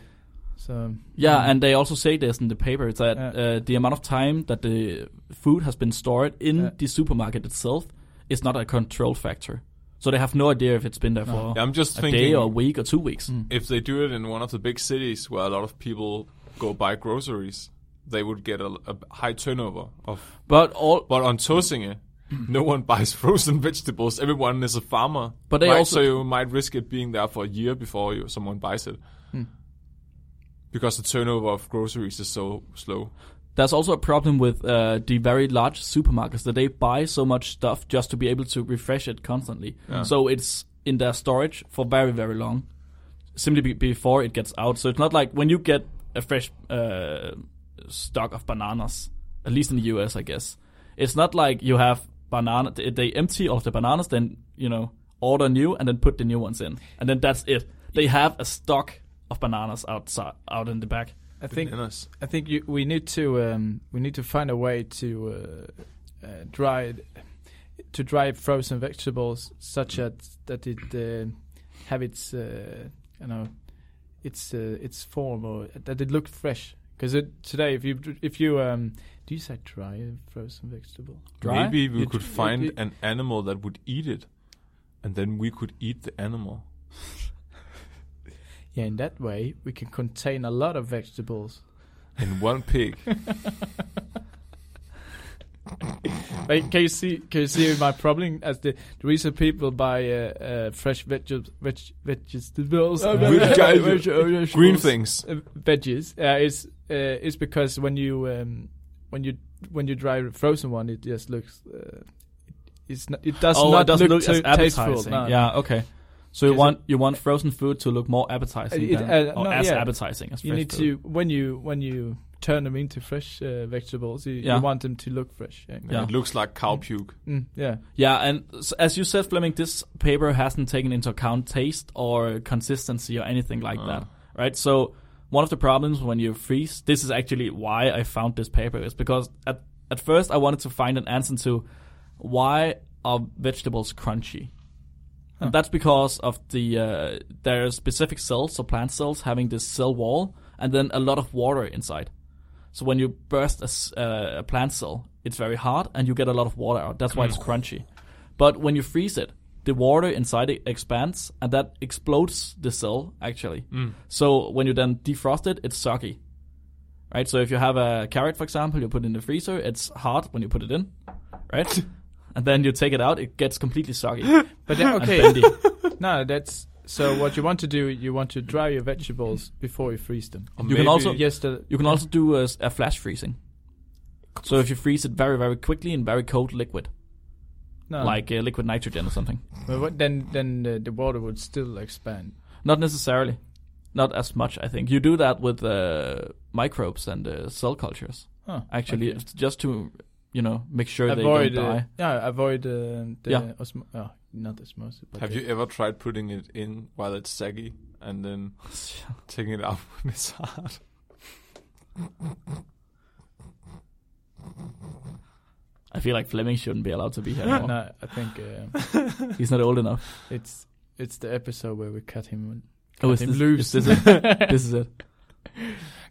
Speaker 4: so
Speaker 3: Yeah,
Speaker 4: Mm.
Speaker 3: and they also say this in the paper it's that
Speaker 4: Yeah.
Speaker 3: uh, the amount of time that the food has been stored in
Speaker 4: Yeah.
Speaker 3: the supermarket itself is not a control factor. So they have no idea if it's been there for
Speaker 2: I'm just
Speaker 3: a
Speaker 2: thinking
Speaker 3: day or a week or two weeks.
Speaker 4: Mm.
Speaker 2: if they do it in one of the big cities where a lot of people go buy groceries, they would get a, a high turnover of.
Speaker 3: But all
Speaker 2: But on Tåsinge,
Speaker 3: Mm.
Speaker 2: no one buys frozen vegetables. Everyone is a farmer.
Speaker 3: But they
Speaker 2: right?
Speaker 3: also-
Speaker 2: so you might risk it being there for a year before you, someone buys it.
Speaker 3: Hmm.
Speaker 2: Because the turnover of groceries is so slow.
Speaker 3: there's also a problem with uh, the very large supermarkets that they buy so much stuff just to be able to refresh it constantly. So it's in their storage for very very long, simply be- before it gets out. So it's not like when you get a fresh uh, stock of bananas, at least in the US, I guess. It's not like you have banana. They they empty all of the bananas, then you know order new and then put the new ones in, and then that's it. They have a stock of bananas outside out in the back.
Speaker 4: I think
Speaker 2: Bananas.
Speaker 4: I think you, we need to um, we need to find a way to uh, uh, dry to dry frozen vegetables such that that it uh, have its uh, you know its uh, its form or that it looked fresh. Because today, if you if you um, do you say dry a frozen vegetable?
Speaker 3: Dry?
Speaker 2: Maybe we
Speaker 4: You-
Speaker 2: could
Speaker 4: you-
Speaker 2: find
Speaker 4: you-
Speaker 2: an animal that would eat it, and then we could eat the animal.
Speaker 4: Yeah, in that way we can contain a lot of vegetables.
Speaker 2: In one pig.
Speaker 4: Like, can you see? Can you see my problem? As the, the reason people buy uh, uh, fresh vegetables, veg, vegetables,
Speaker 3: Oh, uh,
Speaker 2: Vegetables. Green things.
Speaker 4: uh, veggies, uh, is uh, is because when you um, when you when you dry a frozen one, it just looks. Uh, it's not, it does
Speaker 3: Oh,
Speaker 4: not
Speaker 3: it doesn't look,
Speaker 4: too
Speaker 3: as
Speaker 4: tasteful.
Speaker 3: appetizing.
Speaker 4: No.
Speaker 3: Yeah, okay. So you
Speaker 4: Because
Speaker 3: want you want frozen food to look more appetizing
Speaker 4: It-
Speaker 3: than,
Speaker 4: uh,
Speaker 3: or
Speaker 4: no,
Speaker 3: as
Speaker 4: yeah.
Speaker 3: appetizing as
Speaker 4: you
Speaker 3: fresh
Speaker 4: need
Speaker 3: food.
Speaker 4: to when you when you turn them into fresh uh, vegetables, you,
Speaker 3: Yeah.
Speaker 4: you want them to look fresh. Yeah,
Speaker 2: It looks like cow puke.
Speaker 4: Mm, yeah.
Speaker 3: Yeah, and s- as you said, Fleming, this paper hasn't taken into account taste or consistency or anything like that, right? So one of the problems when you freeze, this is actually why I found this paper, is because at at first I wanted to find an answer to why are vegetables crunchy, and that's because of the uh, there are specific cells, so plant cells, having this cell wall, and then a lot of water inside. So when you burst a, s- uh, a plant cell, it's very hard and you get a lot of water out. That's why it's crunchy. But when you freeze it, the water inside it expands and that explodes the cell actually. So when you then defrost it, it's soggy. Right? So if you have a carrot, for example, you put it in the freezer, it's hard when you put it in. Right? and then you take it out, it gets completely soggy.
Speaker 4: But then,
Speaker 3: and
Speaker 4: okay,
Speaker 3: bendy.
Speaker 4: no, that's so. What you want to do, you want to dry your vegetables before you freeze them.
Speaker 3: You can also
Speaker 4: Yes, the,
Speaker 3: You can also do a, s- a flash freezing. So if you freeze it very, very quickly in very cold liquid,
Speaker 4: no,
Speaker 3: like uh, liquid nitrogen or something.
Speaker 4: But what- then then the, the water would still expand.
Speaker 3: Not necessarily. Not as much, I think. You do that with uh, microbes and uh, cell cultures.
Speaker 4: Huh,
Speaker 3: Actually,
Speaker 4: okay.
Speaker 3: it's just to you know make sure
Speaker 4: avoid
Speaker 3: they don't
Speaker 4: uh,
Speaker 3: die.
Speaker 4: yeah, avoid uh, the
Speaker 3: Yeah.
Speaker 4: osmo- oh, not osmosis. But
Speaker 2: Have
Speaker 4: the-
Speaker 2: you ever tried putting it in while it's saggy and then taking it out when it's hard?
Speaker 3: I feel like Fleming shouldn't be allowed to be here anymore.
Speaker 4: No, I think uh,
Speaker 3: He's not old enough.
Speaker 4: it's it's the episode where we cut him.
Speaker 3: Oh, is
Speaker 4: him
Speaker 3: this,
Speaker 4: loose.
Speaker 3: is this it? this is it.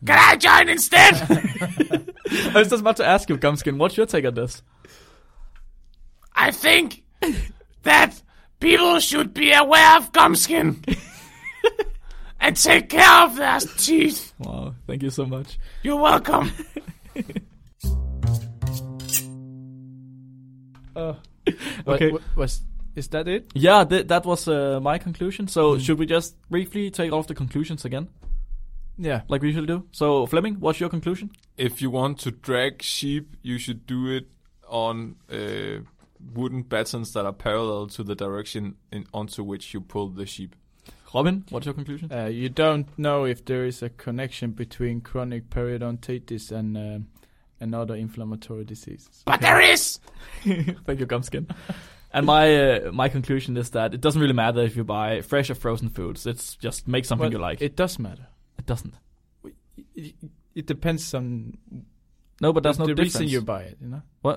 Speaker 5: Can I join instead?
Speaker 3: I was just about to ask you, Gumskin, what's your take on this?
Speaker 5: I think that people should be aware of gumskin and take care of their teeth.
Speaker 3: Wow, thank you so much.
Speaker 5: You're welcome.
Speaker 3: Okay.
Speaker 4: What, was is that it?
Speaker 3: Yeah, th- that was uh, my conclusion.
Speaker 4: Hmm.
Speaker 3: So should we just briefly take all of the conclusions again,
Speaker 4: Yeah.
Speaker 3: like we usually do? So Fleming, what's your conclusion?
Speaker 2: If you want to drag sheep, you should do it on uh, wooden battens that are parallel to the direction in, onto which you pull the sheep.
Speaker 3: Robin, what's your conclusion?
Speaker 4: Uh, you don't know if there is a connection between chronic periodontitis and uh, and other inflammatory diseases.
Speaker 7: But there is.
Speaker 3: Thank you, Gumskin. and my uh, my conclusion is that it doesn't really matter if you buy fresh or frozen foods. It's just make something
Speaker 4: Well,
Speaker 3: you like. It,
Speaker 4: It does matter.
Speaker 3: doesn't.
Speaker 4: It, it depends on
Speaker 3: No, but that's no
Speaker 4: the
Speaker 3: difference.
Speaker 4: reason you buy it. You know.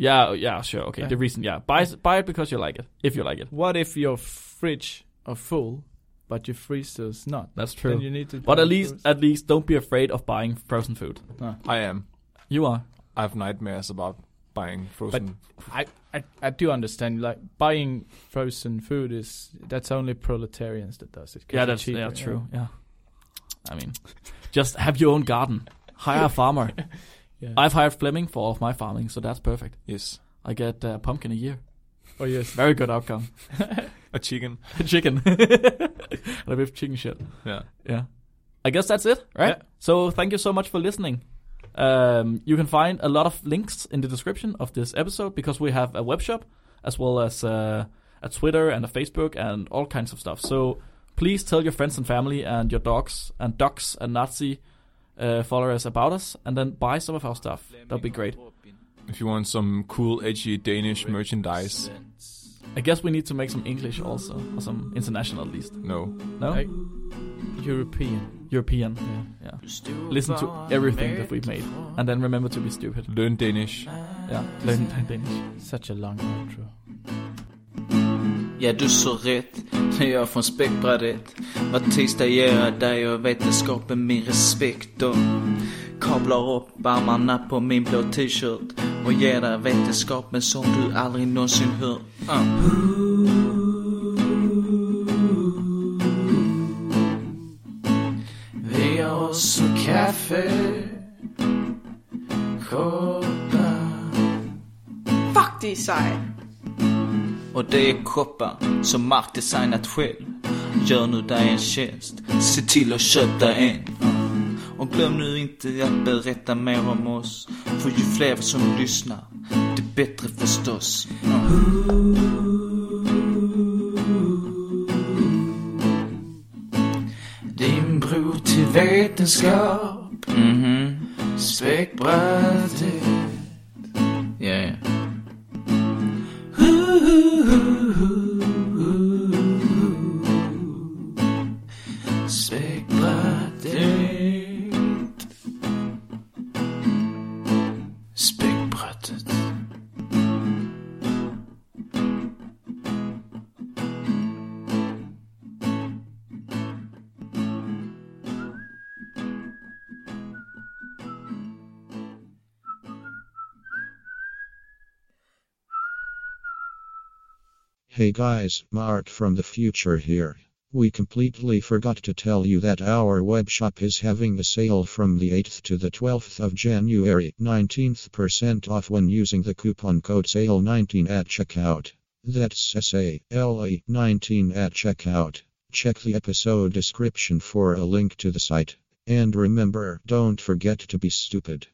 Speaker 3: yeah, oh, yeah, sure, okay.
Speaker 4: Yeah.
Speaker 3: The reason, yeah, buy s- buy it because you like it. If you like it,
Speaker 4: What if your fridge are full, but your freezer's not?
Speaker 3: that's
Speaker 4: Then you need to.
Speaker 3: But
Speaker 4: buy
Speaker 3: at least,
Speaker 4: frozen.
Speaker 3: at least, don't be afraid of buying frozen food.
Speaker 2: I am.
Speaker 3: You are.
Speaker 2: I have nightmares about buying frozen.
Speaker 4: I, I I do understand. Like buying frozen food is that's only proletarians that does it. 'cause
Speaker 3: Yeah,
Speaker 4: it's
Speaker 3: that's
Speaker 4: cheaper,
Speaker 3: yeah,
Speaker 4: you
Speaker 3: true.
Speaker 4: know?
Speaker 3: Yeah. I mean, just have your own garden. Hire a farmer.
Speaker 4: Yeah.
Speaker 3: I've hired Fleming for all of my farming, so that's perfect.
Speaker 2: yes.
Speaker 3: I get uh, pumpkin a year.
Speaker 4: Oh yes.
Speaker 3: Very good outcome.
Speaker 2: A chicken.
Speaker 3: chicken. I with chicken shit.
Speaker 2: Yeah.
Speaker 3: Yeah. I guess that's it, right?
Speaker 4: Yeah.
Speaker 3: So thank you so much for listening. Um, you can find a lot of links in the description of this episode because we have a web shop as well as uh, a Twitter and a Facebook and all kinds of stuff. So please tell your friends and family and your dogs and ducks and Nazi uh, followers about us and then buy some of our stuff. That'd be great.
Speaker 2: If you want some cool, edgy Danish merchandise,
Speaker 3: I guess we need to make some English also, or some international at least.
Speaker 2: no.
Speaker 3: No?
Speaker 4: I- European.
Speaker 3: European.
Speaker 4: Yeah.
Speaker 3: Yeah. Listen to everything that we've made and then remember to be stupid.
Speaker 2: Learn Danish.
Speaker 3: Yeah. Learn Danish.
Speaker 4: Such a long intro.
Speaker 8: Ja, du så rätt när jag från spektrat Vad tisdag gör jag där jag vetenskapen min respekt och Kablar upp armarna på min blå t-shirt och ger dig vetenskapen som du aldrig någonsin hört uh. Vi har oss och kaffe koppar
Speaker 9: Fuck design.
Speaker 8: Och det är koppar som Mark designat själv Gör nu dig en tjänst, se till att köpa en Och glöm nu inte att berätta mer om oss För ju fler som lyssnar, det bättre förstås Din bro till vetenskap, mhm, späckbrädet Ja, ja Spækbrættet Spækbrættet
Speaker 5: Hey guys, Mark from the future here. We completely forgot to tell you that our webshop is having a sale from the 8th to the 12th of January, 19% off when using the coupon code SALE19 at checkout. That's S A L E 19 at checkout. Check the episode description for a link to the site. And remember, don't forget to be stupid.